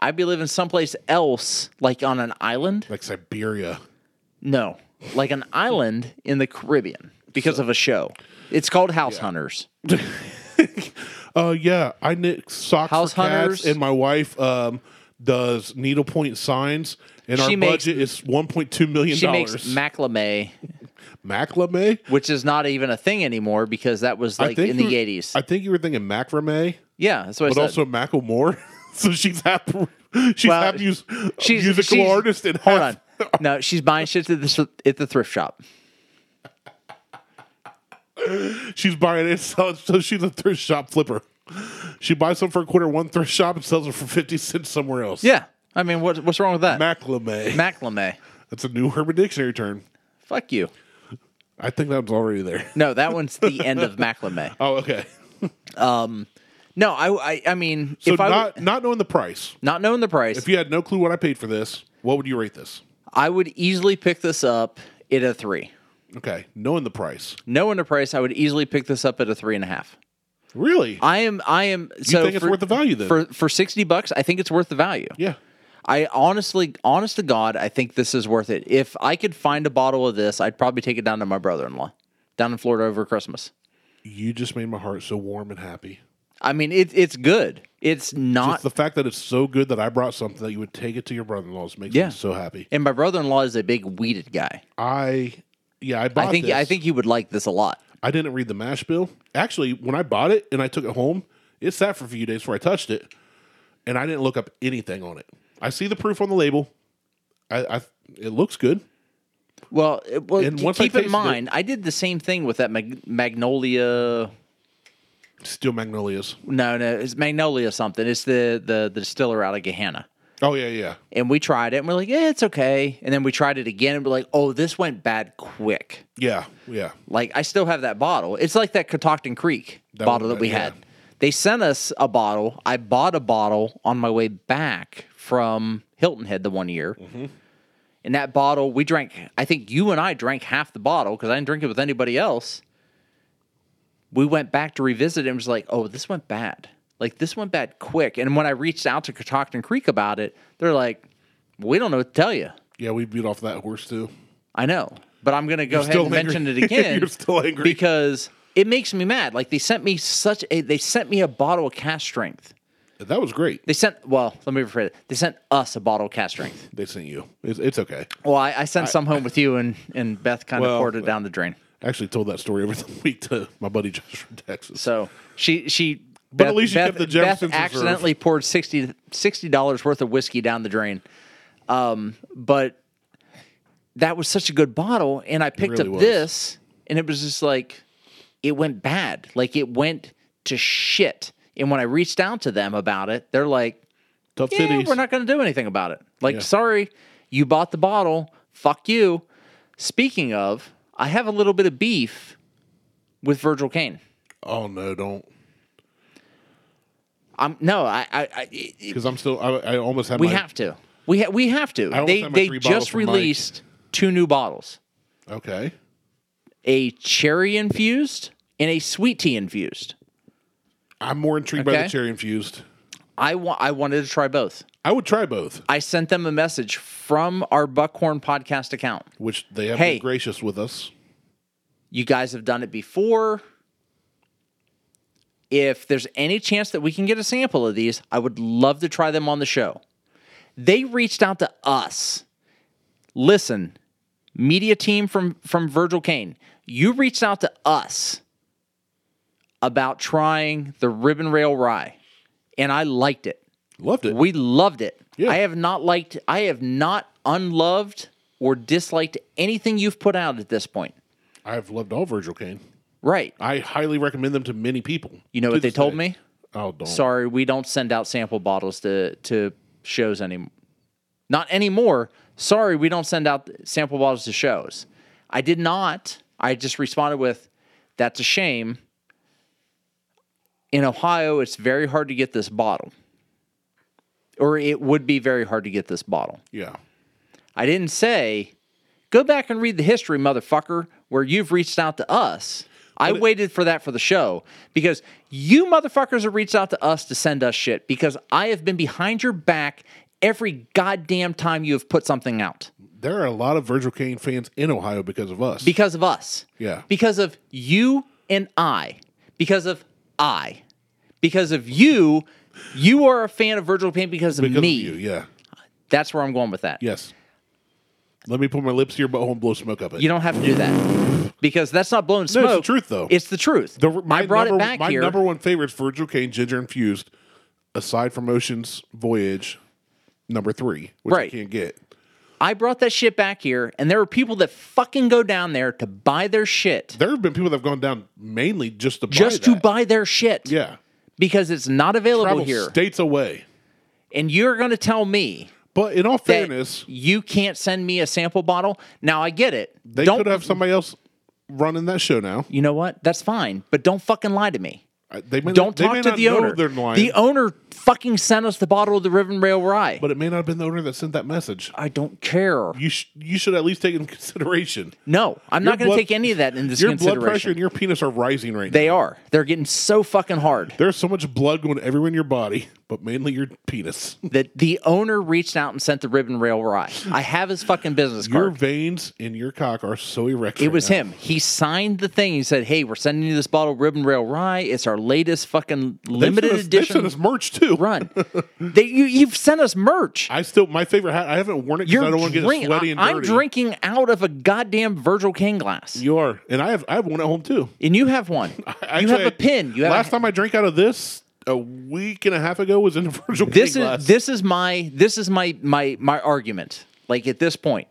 I'd be living someplace else, like on an island. like siberia No, like an island in the Caribbean because of a show. It's called House Hunters. Uh, yeah, I knit socks House for cats hunters? and my wife um, does needlepoint signs, and She our makes- budget is one point two million She makes dollars. macrame, macrame. which is not even a thing anymore because that was like in you the were- eighties. I think you were thinking macrame, Yeah, that's what I but said. also Macklemore. so she's half she's Well, half mus- musical artist and hold half, on. No, she's buying shit at the at the thrift shop. she's buying it. So, so she's a thrift shop flipper. She buys some for a quarter one thrift shop and sells it for fifty cents somewhere else. Yeah, I mean, what, what's wrong with that? macrame. macrame. That's a new Urban Dictionary term. Fuck you. I think that was already there. No, that one's the end of macrame. Oh, okay. No, I, I, I mean, So if I not would, not knowing the price. not knowing the price, If you had no clue what I paid for this, what would you rate this? I would easily pick this up at a three. Okay, knowing the price. Knowing the price, I would easily pick this up at a three and a half. Really? I am, I am. so think it's worth the value then? For for sixty bucks, I think it's worth the value. yeah. I honestly, honest to God, I think this is worth it. If I could find a bottle of this, I'd probably take it down to my brother-in-law down in Florida over Christmas. You just made my heart so warm and happy. I mean, it, it's good. It's not, It's the fact that it's so good that I brought something that you would take it to your brother-in-law's makes Yeah. me so happy. and my brother-in-law is a big weeded guy. I yeah, I bought I think, this. I think he would like this a lot. I didn't read the mash bill. Actually, when I bought it and I took it home, it sat for a few days before I touched it, and I didn't look up anything on it. I see the proof on the label. I, I it looks good. Well, it- well And ke- once I keep in tasted mind, I did the same thing with that mag- Magnolia. Steel magnolias. No, no, it's Magnolia something. It's the, the, the distiller out of Gehenna. Oh yeah, yeah. And we tried it and we're like, yeah, it's okay. And then we tried it again and we're like, oh, this went bad quick. Yeah, yeah. Like, I still have that bottle. It's like that Catoctin Creek That bottle one, that we yeah. had. They sent us a bottle. I bought a bottle on my way back from Hilton Head the one year. Mm-hmm. And that bottle, we drank, I think you and I drank half the bottle because I didn't drink it with anybody else. We went back to revisit it and was like, oh, this went bad. Like, this went bad quick. And when I reached out to Catoctin Creek about it, they're like, we don't know what to tell you. Yeah, we beat off that horse too. I know, but I'm going to go ahead still and angry. mention it again. You're still angry. because it makes me mad. Like they sent me such a they sent me a bottle of cast strength. That was great. They sent well, let me rephrase it. They sent us a bottle of cast strength. They sent you. It's, it's okay. Well, I, I sent some home with you, and and Beth kind Well, of poured it down the drain. I actually told that story over the week to my buddy Josh from Texas. So she she. But Beth, at least you Beth, kept the Beth Jefferson's Reserve. accidentally poured 60 dollars worth of whiskey down the drain. Um, but that was such a good bottle, and I picked really up was. this, and it was just like it went bad, like it went to shit. And when I reached out to them about it, they're like, Tough "Yeah, cities. we're not going to do anything about it. Like, Yeah. sorry, you bought the bottle. Fuck you." Speaking of, I have a little bit of beef with Virgil Kane. oh no, don't. I'm no, I, I, I it- Because I'm still. I, I almost had. we my, have to. We ha- we have to. almost They had my they three bottles just from Mike. released two new bottles: Okay. a cherry infused and a sweet tea infused. I'm more intrigued by Okay. the cherry infused. I want I wanted to try both. I would try both, I sent them a message from our Buckhorn podcast account. which they have Hey. been gracious with us. You guys have done it before. If there's any chance that we can get a sample of these, I would love to try them on the show. They reached out to us. Listen, media team from from Virgil Kane, you reached out to us about trying the Ribbon Rail Rye, and I liked it. Loved it. We loved it. Yeah. I have not liked, I have not unloved or disliked anything you've put out at this point. I've loved all Virgil Kane. Right. I highly recommend them to many people. You know To what they this told day. me? Oh, don't. Sorry, we don't send out sample bottles to to shows anymore. Not anymore. Sorry, we don't send out sample bottles to shows. I did not. I just responded with, "That's a shame." In Ohio, it's very hard to get this bottle, or it would be very hard to get this bottle. Yeah. I didn't say, go back and read the history, motherfucker, where you've reached out to us. I waited for that for the show because you motherfuckers have reached out to us to send us shit because I have been behind your back every goddamn time you have put something out There are a lot of Virgil Kane fans in Ohio because of us. because of us. Yeah. Because of you and I. Because of I. Because of you You are a fan of Virgil Payne because of because me. of you. Yeah. That's where I'm going with that. Yes. Let me put my lips to your butthole and blow smoke up it. You don't have to do that because that's not blowing the smoke. truth, though. It's the truth. The- my I brought number, it back my here. number one favorite is Virgil Kane, Ginger Infused, aside from Ocean's Voyage, number three, which Right. I can't get. I brought that shit back here, and there are people that fucking go down there to buy their shit, There have been people that have gone down mainly just to just buy to that. buy their shit. Yeah. Because it's not available Travel here, states away. and you're going to tell me But in all that fairness, you can't send me a sample bottle. Now I get it. they don't could have somebody else running that show now. You know what? That's fine, but don't fucking lie to me. I- They may Don't not, they may talk to not the know owner. They're lying, The owner fucking sent us the bottle of the Riven Rail Rye. but it may not have been the owner that sent that message. I don't care. You sh- you should at least take it in consideration. No, I'm not Your going to blood- take any of that into Your blood consideration. pressure and your penis are rising right now. they are. They're getting so fucking hard There's so much blood going everywhere in your body, but mainly your penis. that the owner reached out and sent the ribbon rail rye. I have his fucking business Your card. veins in your cock are so erect. It was him. He signed the thing. He said, "Hey, we're sending you this bottle of ribbon rail rye. It's our latest fucking limited they sent us, They edition sent us merch too. run. they, you, you've sent us merch. I still my favorite hat. I haven't worn it because You're I don't want to get drink- sweaty and I- I'm dirty. drinking out of a goddamn Virgil King glass, You are, and I have I have one at home too. and you have one. you have Actually, a pin. You have a- last time I drank out of this a week and a half ago was in a virtual this King glass. is this is my this is my my my argument. Like at this point,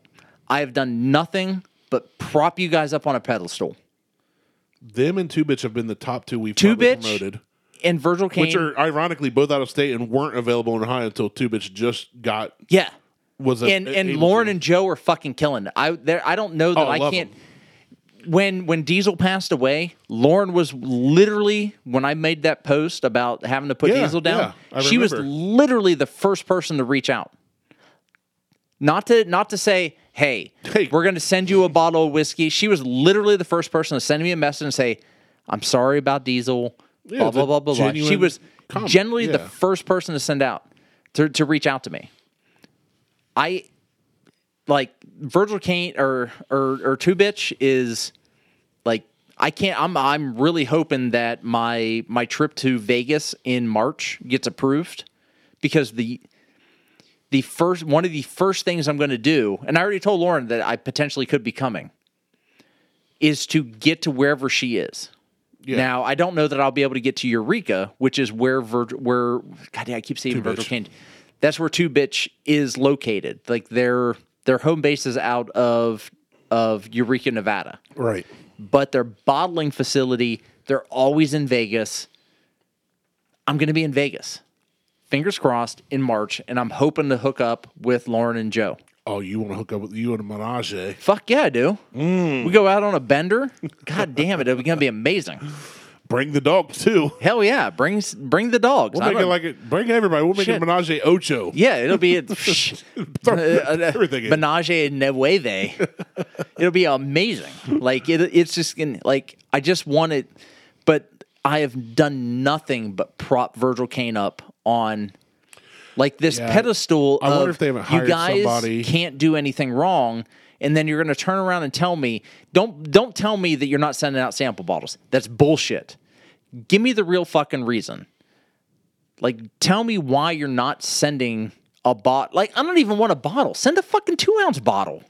I have done nothing but prop you guys up on a pedestal. Them and Two Bitch have been the top two we've Two probably bitch, promoted, and Virgil Kane. which are ironically both out of state and weren't available in Ohio until Two Bitch just got yeah, was a, and and able Lauren to. and Joe are fucking killing. it. I there I don't know that Oh, I I love can't. When when Diesel passed away, Lauren was literally when I made that post about having to put Yeah, Diesel down. yeah, I she was remember. literally the first person to reach out. Not to not to say, hey, Hey. we're going to send you a bottle of whiskey. She was literally the first person to send me a message and say, I'm sorry about Diesel. blah it's blah a blah blah blah. She genuine was comment, generally the yeah. first person to send out to to reach out to me. I like Virgil Kane or or or Two Bitch is like I can't. I'm I'm really hoping that my my trip to Vegas in March gets approved because the the first one of the first things I'm going to do, and I already told Lauren that I potentially could be coming, is to get to wherever she is. Yeah. Now I don't know that I'll be able to get to Eureka, which is where Virgil, where God, I keep saying Virgil Bitch. Kane. That's where Two Bitch is located. Like their their home base is out of of Eureka, Nevada right. but their bottling facility, they're always in Vegas. I'm going to be in Vegas. Fingers crossed in March, and I'm hoping to hook up with Lauren and Joe. Oh, you want to hook up with you and a menage? eh? Fuck yeah, I do. Mm. We go out on a bender. God damn it, it's going to be amazing. Bring the dog too. Hell yeah, bring bring the dogs. We'll I make it don't- like it. Bring everybody. We'll make it Shit. menage a ocho. yeah, it'll be a, psh, uh, Throw uh, everything in. menage a nueve. it'll be amazing. Like it, it's just gonna- like I just want it, but I have done nothing but prop Virgil Kane up on like this Yeah. pedestal. I wonder of, if they haven't you hired guys somebody." Can't do anything wrong. And then you're going to turn around and tell me, don't don't tell me that you're not sending out sample bottles. That's bullshit. Give me the real fucking reason. Like, tell me why you're not sending a bot. Like, I don't even want a bottle. Send a fucking two ounce bottle.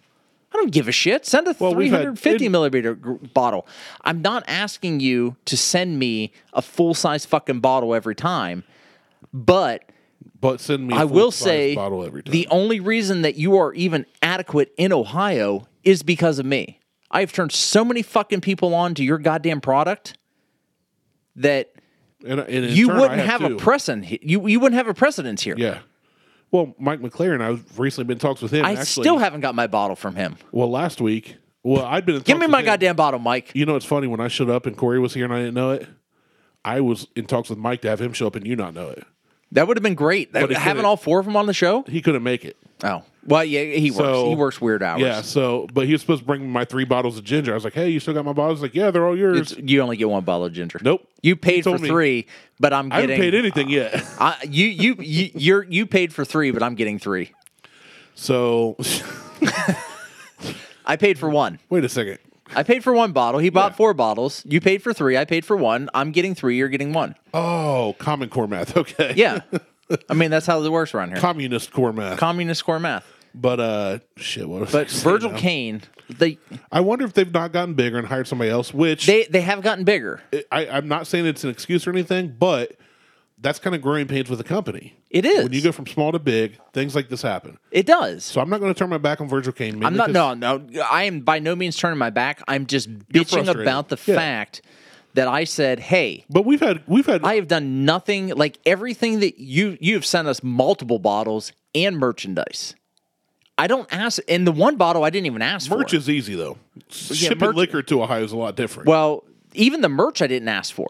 I don't give a shit. Send a we've had- 350 it- milliliter gr- bottle. I'm not asking you to send me a full size fucking bottle every time, but But send me. I I will say bottle every time. the only reason that you are even adequate in Ohio is because of me. I've turned so many fucking people on to your goddamn product that and, and in you turn, I wouldn't have, a two. precedent. You you wouldn't have a precedence here. Yeah. Well, Mike McLaren, I've recently been in talks with him. I actually. still haven't got my bottle from him. Well, last week. Well, I'd been. In Give talks me with my him. goddamn bottle, Mike. You know, it's funny when I showed up and Corey was here and I didn't know it. I was in talks with Mike to have him show up and you not know it. That would have been great. That, But he having couldn't. all four of them on the show. He couldn't make it. Oh well, yeah, he works. So- he works weird hours. Yeah. So, but he was supposed to bring me my three bottles of ginger. I was like, "Hey, you still got my bottles?" He's like, "Yeah, they're all yours." It's- you only get one bottle of ginger. Nope. You He paid for told me- three, but I'm I getting. uh, haven't paid anything yet. I, you you you you're, you paid for three, but I'm getting three. So, I paid for one. wait a second. I paid for one bottle. He bought four bottles. You paid for three. I paid for one. I'm getting three. You're getting one. Oh, common core math. Okay. Yeah. I mean, that's how it works around here. Communist core math. Communist core math. but uh, shit. What? Was I But saying Virgil now? Kane, they I wonder if they've not gotten bigger and hired somebody else. Which they they have gotten bigger. I, I'm not saying it's an excuse or anything, but that's kind of growing pains with a company. It is. When you go from small to big, things like this happen. it does. So I'm not going to turn my back on Virgil Kane. mainly I'm not. because- No, no. I am by no means turning my back. I'm just bitching frustrated. about the Yeah. fact that I said, "Hey, But we've had we've had I have done nothing like everything that you you have sent us multiple bottles and merchandise. I don't ask. And the one bottle I didn't even ask merch for. is easy though. Shipping merch- liquor to Ohio is a lot different. Well, even the merch I didn't ask for.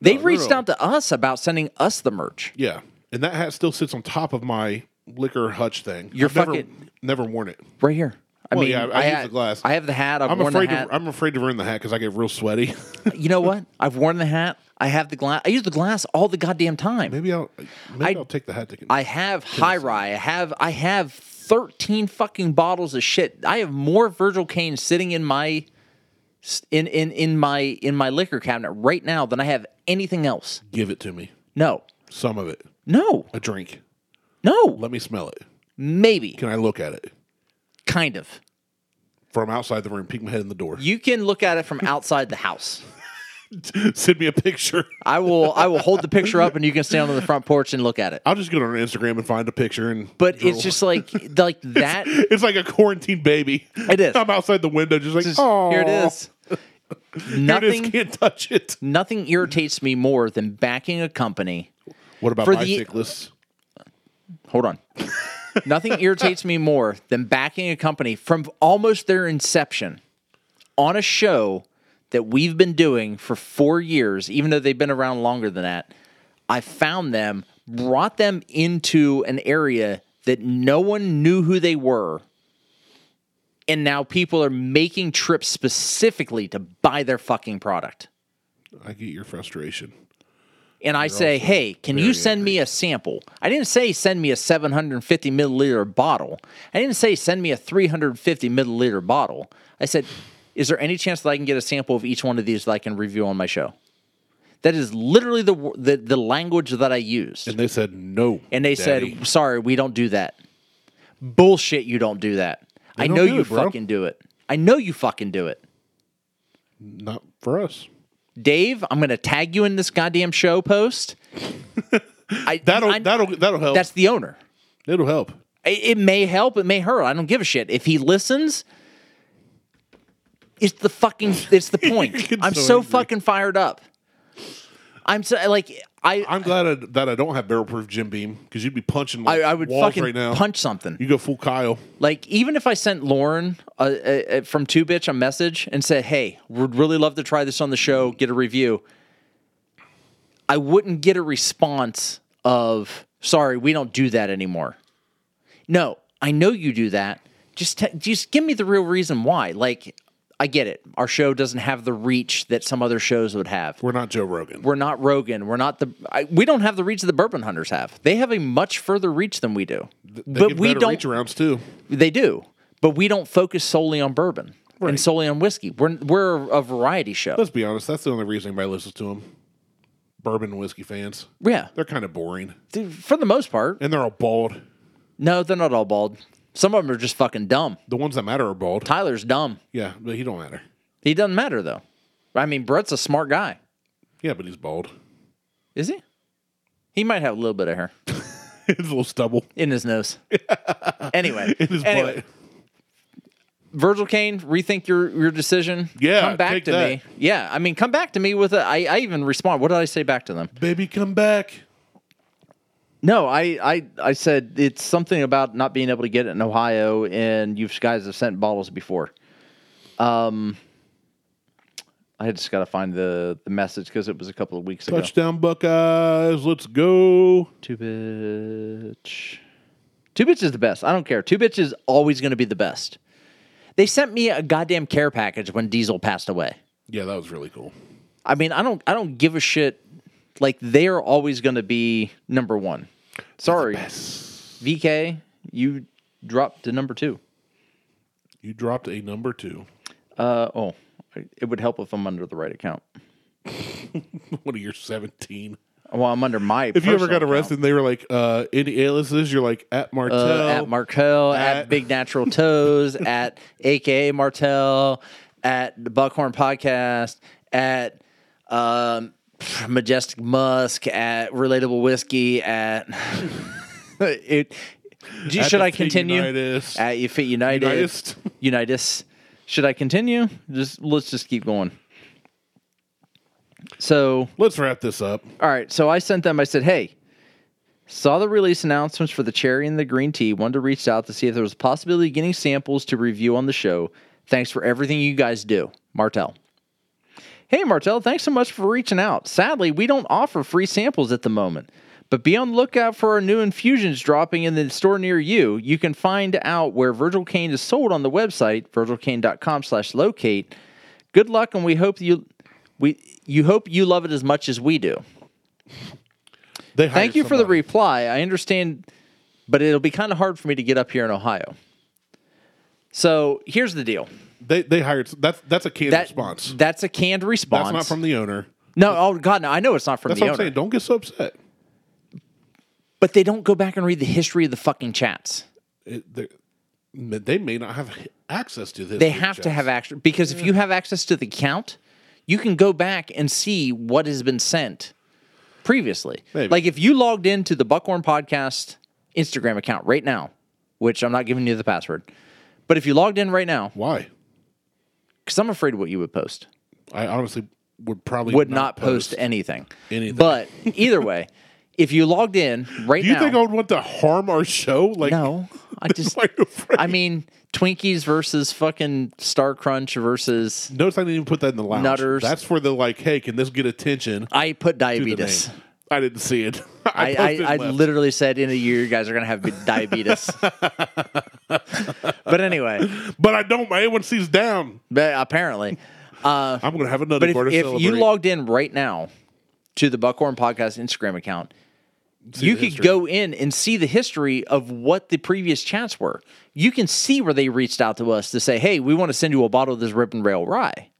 They no, reached no. out to us about sending us the merch. yeah, and that hat still sits on top of my liquor hutch thing. Your I've never, fucking- never worn it. Right here. I Well, mean, yeah, I use ha- the glass. I have the hat. I've I'm worn afraid the hat. to I'm afraid to ruin the hat because I get real sweaty. you know what? I've worn the hat. I have the glass. I use the glass all the goddamn time. maybe I'll maybe I, I- will take the hat to. I have high rye. I have I have thirteen fucking bottles of shit. I have more Virgil Cane sitting in my in in in my in my liquor cabinet right now than I have anything else. give it to me. No, Some of it, no, a drink. no. Let me smell it. Maybe Can I look at it kind of. from outside the room? Peek my head in the door. You can look at it from outside the house. Send me a picture. I will I will hold the picture up and you can stand on the front porch and look at it. I'll just go on Instagram and find a picture and. But drool. it's just like like that. it's like a quarantine baby. It is. I'm outside the window, just like oh, Here it is. Nothing can't touch it. nothing irritates me more than backing a company What about For the- bicyclists? hold on. Nothing irritates me more than backing a company from almost their inception on a show that we've been doing for four years, even though they've been around longer than that. I found them, brought them into an area that no one knew who they were. And now people are making trips specifically to buy their fucking product. I get your frustration. and I say, "Hey, can you send me a sample?" I didn't say send me a 750 milliliter bottle. I didn't say send me a 350 milliliter bottle. I said, "Is there any chance that I can get a sample of each one of these that I can review on my show?" That is literally the wo- the, the language that I used. And they said no. And they Daddy. said, "Sorry, we don't do that." Bullshit, you don't do that. I don't know do you it, bro. fucking do it. I know you fucking do it. "Not for us." Dave, I'm going to tag you in this goddamn show post. I, That'll I- that'll that'll help. that's the owner. It'll help. It, it may help. It may hurt. I don't give a shit. If he listens, it's the fucking. It's the point. get I'm so so, angry. fucking fired up. I'm so like I I'm glad I, that I don't have barrel proof Jim Beam because you'd be punching I, like, I would walls fucking right now. punch something. You go full Kyle. Like even if I sent Lauren uh, uh, uh, from Two Bitch a message and said, "Hey, would really love to try this on the show. Get a review." I wouldn't get a response of "Sorry, we don't do that anymore." No, I know you do that. Just te- just give me the real reason why. Like I get it. Our show doesn't have the reach that some other shows would have. We're not Joe Rogan. We're not Rogan. We're not the. I, we don't have the reach that the Bourbon Hunters have. They have a much further reach than we do. They but give we better don't reach arounds too. they do, but we don't focus solely on bourbon and solely on whiskey. We're we're a variety show. Let's be honest. That's the only reason anybody listens to them. Bourbon and whiskey fans. yeah, They're kind of boring, Dude, for the most part. and they're all bald. No, they're not all bald. Some of them are just fucking dumb. The ones that matter are bald. Tyler's dumb. Yeah, but he don't matter. He doesn't matter though. I mean, Brett's a smart guy, Yeah, but he's bald. is he? He might have a little bit of hair It's a little stubble in his nose. anyway, in his anyway, butt. Virgil Kane, rethink your, your decision. Yeah, come back take to that. me. Yeah, I mean, come back to me with a. I, I even respond. What did I say back to them? Baby, come back. No, I, I I said it's something about not being able to get it in Ohio, and you guys have sent bottles before. Um, I just got to find the the message because it was a couple of weeks ago. Touchdown, Buckeyes. Let's go. Two bitch, two bitch is the best. I don't care. Two bitch is always going to be the best. They sent me a goddamn care package when Diesel passed away. Yeah, that was really cool. I mean, I don't I don't give a shit. Like they are always going to be number one. Sorry, VK, you dropped to number two. You dropped a number two. Uh oh, It would help if I'm under the right account. What are you, 17? Well, I'm under my. If you ever got personal arrested and they were like, uh, any aliases, you're like, at Martell. account. Uh, at Markel, at, at- Big Natural Toes, at AKA Martel, at the Buckhorn Podcast, at um, Majestic Musk, at Relatable Whiskey, at it. Do, At should the I Fit continue? Unitas. At you fit United. Unitist. Unitas. Should I continue? Just let's just keep going. So Let's wrap this up. all right, so I sent them. I said, "Hey, saw the release announcements for the cherry and the green tea. Wanted to reach out to see if there was a possibility of getting samples to review on the show. Thanks for everything you guys do, Martel." Hey, Martel, thanks so much for reaching out. Sadly, we don't offer free samples at the moment, but be on the lookout for our new infusions dropping in the store near you. You can find out where Virgil Cane is sold on the website, virgilcane.com slash locate. Good luck, and we hope you we you hope you love it as much as we do. They Thank hired you for the somebody. reply. I understand, but it'll be kind of hard for me to get up here in Ohio. So here's the deal. They, they hired. That's that's a canned That response. That's a canned response. That's not from the owner. no. Oh God, no. I know it's not from That's the what I'm owner. saying. Don't get so upset. But they don't go back and read the history of the fucking chats. It, they're- they may not have access to this. They have to have access because if you have access to the count, you can go back and see what has been sent previously. Maybe. Like if you logged into the Buckhorn Podcast Instagram account right now, which I'm not giving you the password, but if you logged in right now, Why? because I'm afraid of what you would post. I honestly would probably would not, post, anything. anything. But either way, if you logged in right Do you now, think I would want to harm our show? Like no, I just, Why are you afraid? I mean, Twinkies versus fucking Star Crunch versus. Notice I didn't even put that in the lounge. Nutters. That's for the like. Hey, can this get attention? I put to the diabetes. name? I didn't see it. I, posted I, I left. literally said in a year, you guys are gonna have diabetes. but anyway, but I don't. My A1C's down. but apparently, uh, I'm gonna have another but if, bar to if celebrate. you logged in right now to the Buckhorn Podcast Instagram account, See you the could history. go in and see the history of what the previous chats were. You can see where they reached out to us to say, "Hey, we want to send you a bottle of this Rip and Rail Rye."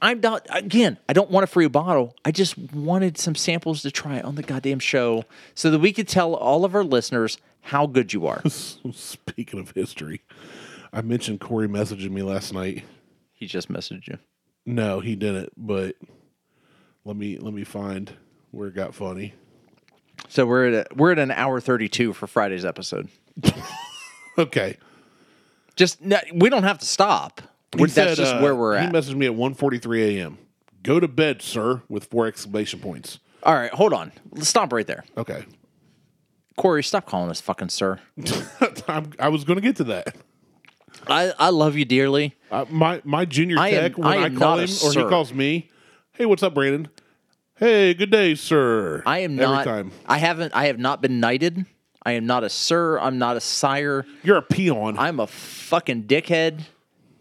I'm not again. I don't want a free bottle. I just wanted some samples to try on the goddamn show so that we could tell all of our listeners how good you are. Speaking of history, I mentioned Corey messaging me last night. he just messaged you. No, he didn't. But let me let me find where it got funny. So we're at a, we're at an hour thirty two for Friday's episode. Okay, Just no, we don't have to stop. He We're- that's said, just uh, where we're He at. messaged me at 1:43 a.m. Go to bed, sir, with four exclamation points. all right, hold on. Stop right there, Okay, Corey. Stop calling us fucking sir. I'm, I was going to get to that. I, I love you dearly. Uh, my my junior I am- tech when I I, am call not a him or he sir. calls me, hey, what's up, Brandon? Hey, good day, sir. I am not. Every time I haven't. I have not been knighted. I am not a sir. I'm not a sire. you're a peon. I'm a fucking dickhead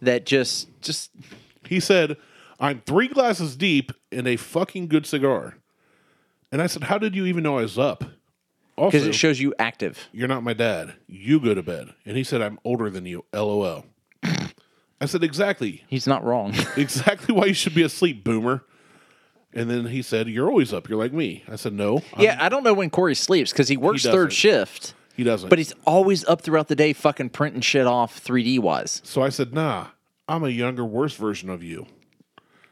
that just just. he said, "I'm three glasses deep and a fucking good cigar." And I said, "How did you even know I was up?" Also, Because it shows you active. you're not my dad. You go to bed. And he said, I'm older than you. LOL. I said, exactly. He's not wrong. Exactly why you should be asleep, boomer. And then he said, You're always up. You're like me. I said, No. I'm- yeah, I don't know when Corey sleeps because he works doesn't. third shift, He doesn't. but he's always up throughout the day, fucking printing shit off 3D wise. so I said, Nah, I'm a younger, worse version of you.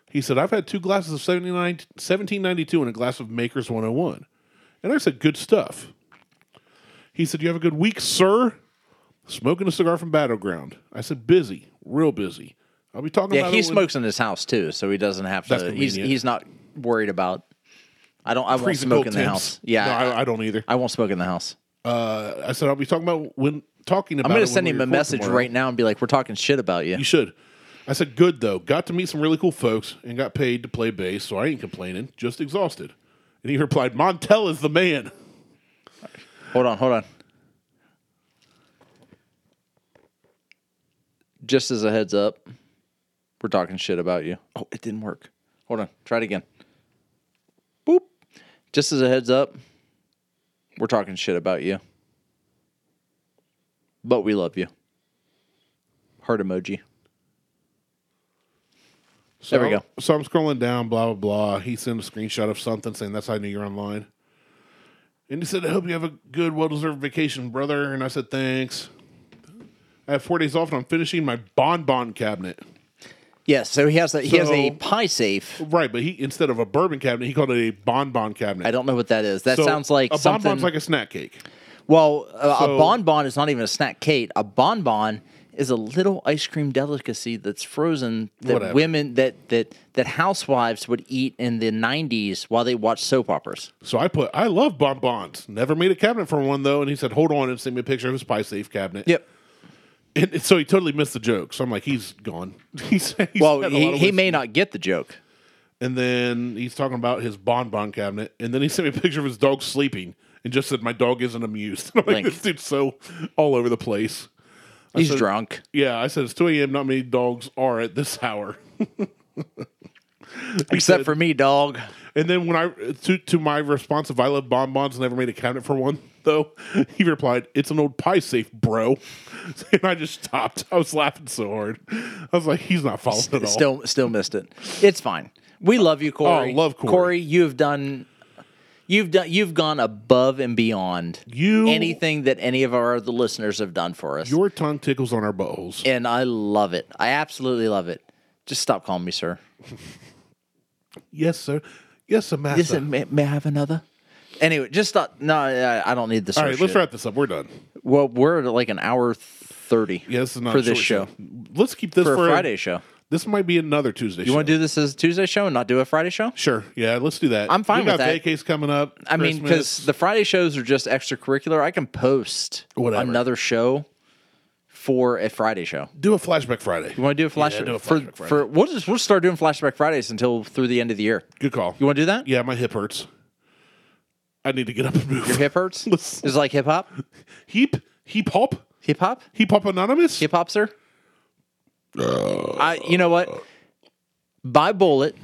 He said, I've had two glasses of 79 1792 and a glass of Maker's 101. And I said, Good stuff. He said, You have a good week, sir. Smoking a cigar from Battleground. I said, Busy, real busy. I'll be talking Yeah, about he it when- smokes in his house too, so he doesn't have That's to. He's convenient. he's not worried about. I don't. I won't freezing smoke cold in the temps. house. Yeah, No, I, I, I don't either. I won't smoke in the house. Uh, I said I'll be talking about when talking I'm about. it gonna when send we him a record message tomorrow. right now and be like, "We're talking shit about you." You should. I said good though. Got to meet some really cool folks and got paid to play bass, so I ain't complaining. Just exhausted. And he replied, "Montel is the man." Hold on, hold on. Just as a heads up, we're talking shit about you. Oh, it didn't work. Hold on, try it again. Boop. Just as a heads up, we're talking shit about you. But we love you. Heart emoji. So, There we go. So I'm scrolling down, blah, blah, blah. He sent a screenshot of something saying, That's how I knew you're online. And he said, I hope you have a good, well deserved vacation, brother. And I said, Thanks. I have four days off and I'm finishing my bonbon cabinet. Yes, so he has a, he has a So- pie safe. Right, but he instead of a bourbon cabinet, he called it a bonbon cabinet. I don't know what that is. That So sounds like a something. bonbon's like a snack cake. well, uh, So- a bonbon is not even a snack, Kate. A bonbon is a little ice cream delicacy that's frozen that Whatever. women that that that housewives would eat in the '90s while they watched soap operas. So I put, I love bonbons. Never made a cabinet for one though. And he said, Hold on and send me a picture of his pie safe cabinet. And, and so he totally missed the joke. So I'm like, he's gone. he's, he's Well, had he, a lot of he whiskey. may not get the joke. And then he's talking about his bonbon cabinet. And then he sent me a picture of his dog sleeping and just said, My dog isn't amused. I'm like, Link. this dude's so all over the place. He's said- drunk. Yeah, I said, It's 2 a.m. Not many dogs are at this hour. Except said- for me, dog. And then when I, to, to my response of I love bonbons, never made a cabinet for one, though, he replied, It's an old pie safe, bro. And I just stopped. I was laughing so hard. I was like, He's not following at all. Oh, Still, still missed it. It's fine. We love you, Corey. love Corey. Corey, you have done, you've done, you've gone above and beyond You- anything that any of our other listeners have done for us, Your tongue tickles on our buttholes. and I love it. I absolutely love it. Just stop calling me sir. Yes, sir. Yes, sir, master. Listen, may, may I have another? Anyway, just stop. No, I, I don't need this. All right, let's wrap this up. We're done. Well, we're at like an hour thirty. Yeah, this is not for a this short show Let's keep this for for, a Friday show. This might be another Tuesday. You show. want to do this as a Tuesday show and not do a Friday show? Sure. Yeah, let's do that. I'm fine we with got that. vacays coming up. I mean, Christmas. because the Friday shows are just extracurricular. I can post Whatever. another show for a Friday show. do a flashback Friday. You want to do a flashback? do a for, Flashback Friday. for we'll just we'll start doing flashback Fridays until through the end of the year. Good call. You want to do that? yeah, my hip hurts. I need to get up and move. Your hip hurts. Let's- Is it like hip hop, Heap. Heap hop. hip hop, Heap hop anonymous. hip hop, sir. I. You know what? Buy bullet.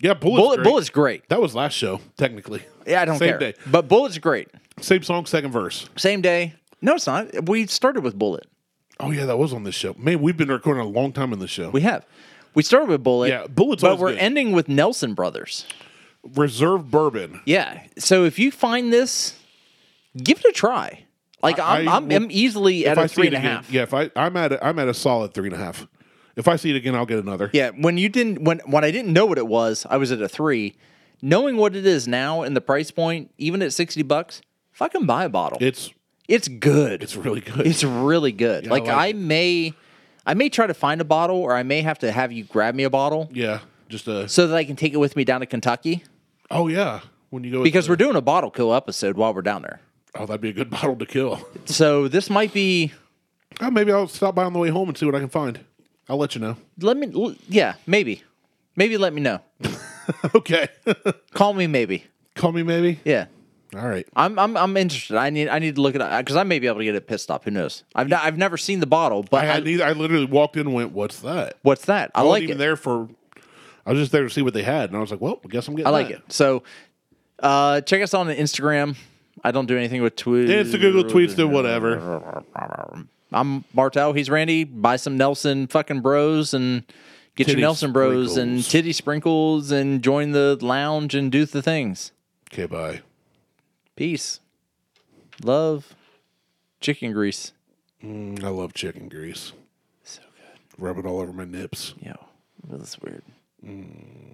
Yeah, bullet. Bullet. Bullet's great. That was last show, technically. Yeah, I don't Same care. day. But bullet's great. Same song, second verse. Same day. No, it's not. We started with bullet. Oh yeah, that was on this show. Man, we've been recording a long time in this show. We have. We started with bullet. Yeah, Bullet's But always we're good. ending with Nelson Brothers. Reserve bourbon. Yeah. So if you find this, give it a try. Like I- I'm, I I'm, will- I'm easily at if I a see three it and a again- half. Yeah, if I I'm at a, I'm at a solid three and a half. If I see it again, I'll get another. Yeah. When you didn't, when when I didn't know what it was, I was at a three. Knowing what it is now and the price point, even at sixty bucks, fucking buy a bottle. It's it's good. it's really good. It's really good. like like I, it. may, I may try to find a bottle, or I may have to have you grab me a bottle yeah, just a so that I can take it with me down to Kentucky oh yeah. When you go because into- we're doing a bottle kill episode while we're down there. oh that'd be a good bottle to kill. So this might be Oh, maybe I'll stop by on the way home and see what I can find. I'll let you know. Let me, l- yeah, maybe, maybe let me know. Okay, Call me, maybe. call me maybe. Yeah, All right. I'm, I'm, I'm interested. I need, I need to look it up because I may be able to get it pissed off. Who knows? I've, not, I've never seen the bottle, but I, I, had neither- I literally walked in and went, "What's that?" what's that? I I wasn't like even it. there for. I was just there to see what they had, and I was like, "Well, I guess I'm getting." I like that." it. So, uh, check us out on Instagram. I don't do anything with Twitter. It's the Google tweets to whatever. I'm Martel. He's Randy. Buy some Nelson fucking Bros and get your Titty Nelson Bros and sprinkles. titty sprinkles and join the lounge and do the things. Okay, bye. Peace. Love. Chicken grease. Mm, I love chicken grease. So good. Rub it all over my nips. Yo, that's weird.